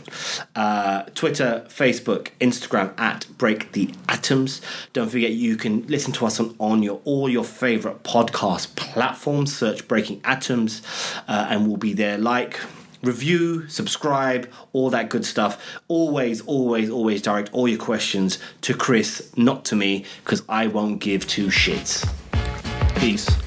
Speaker 3: uh, Twitter, Facebook, Instagram at Break the Atoms. Don't forget, you can listen to us on, on your all your favorite podcast platforms. Search Breaking Atoms, uh, and we'll be there. Like, review, subscribe, all that good stuff. Always, always, always direct all your questions to Chris, not to me, because I won't give two shits.
Speaker 4: Peace.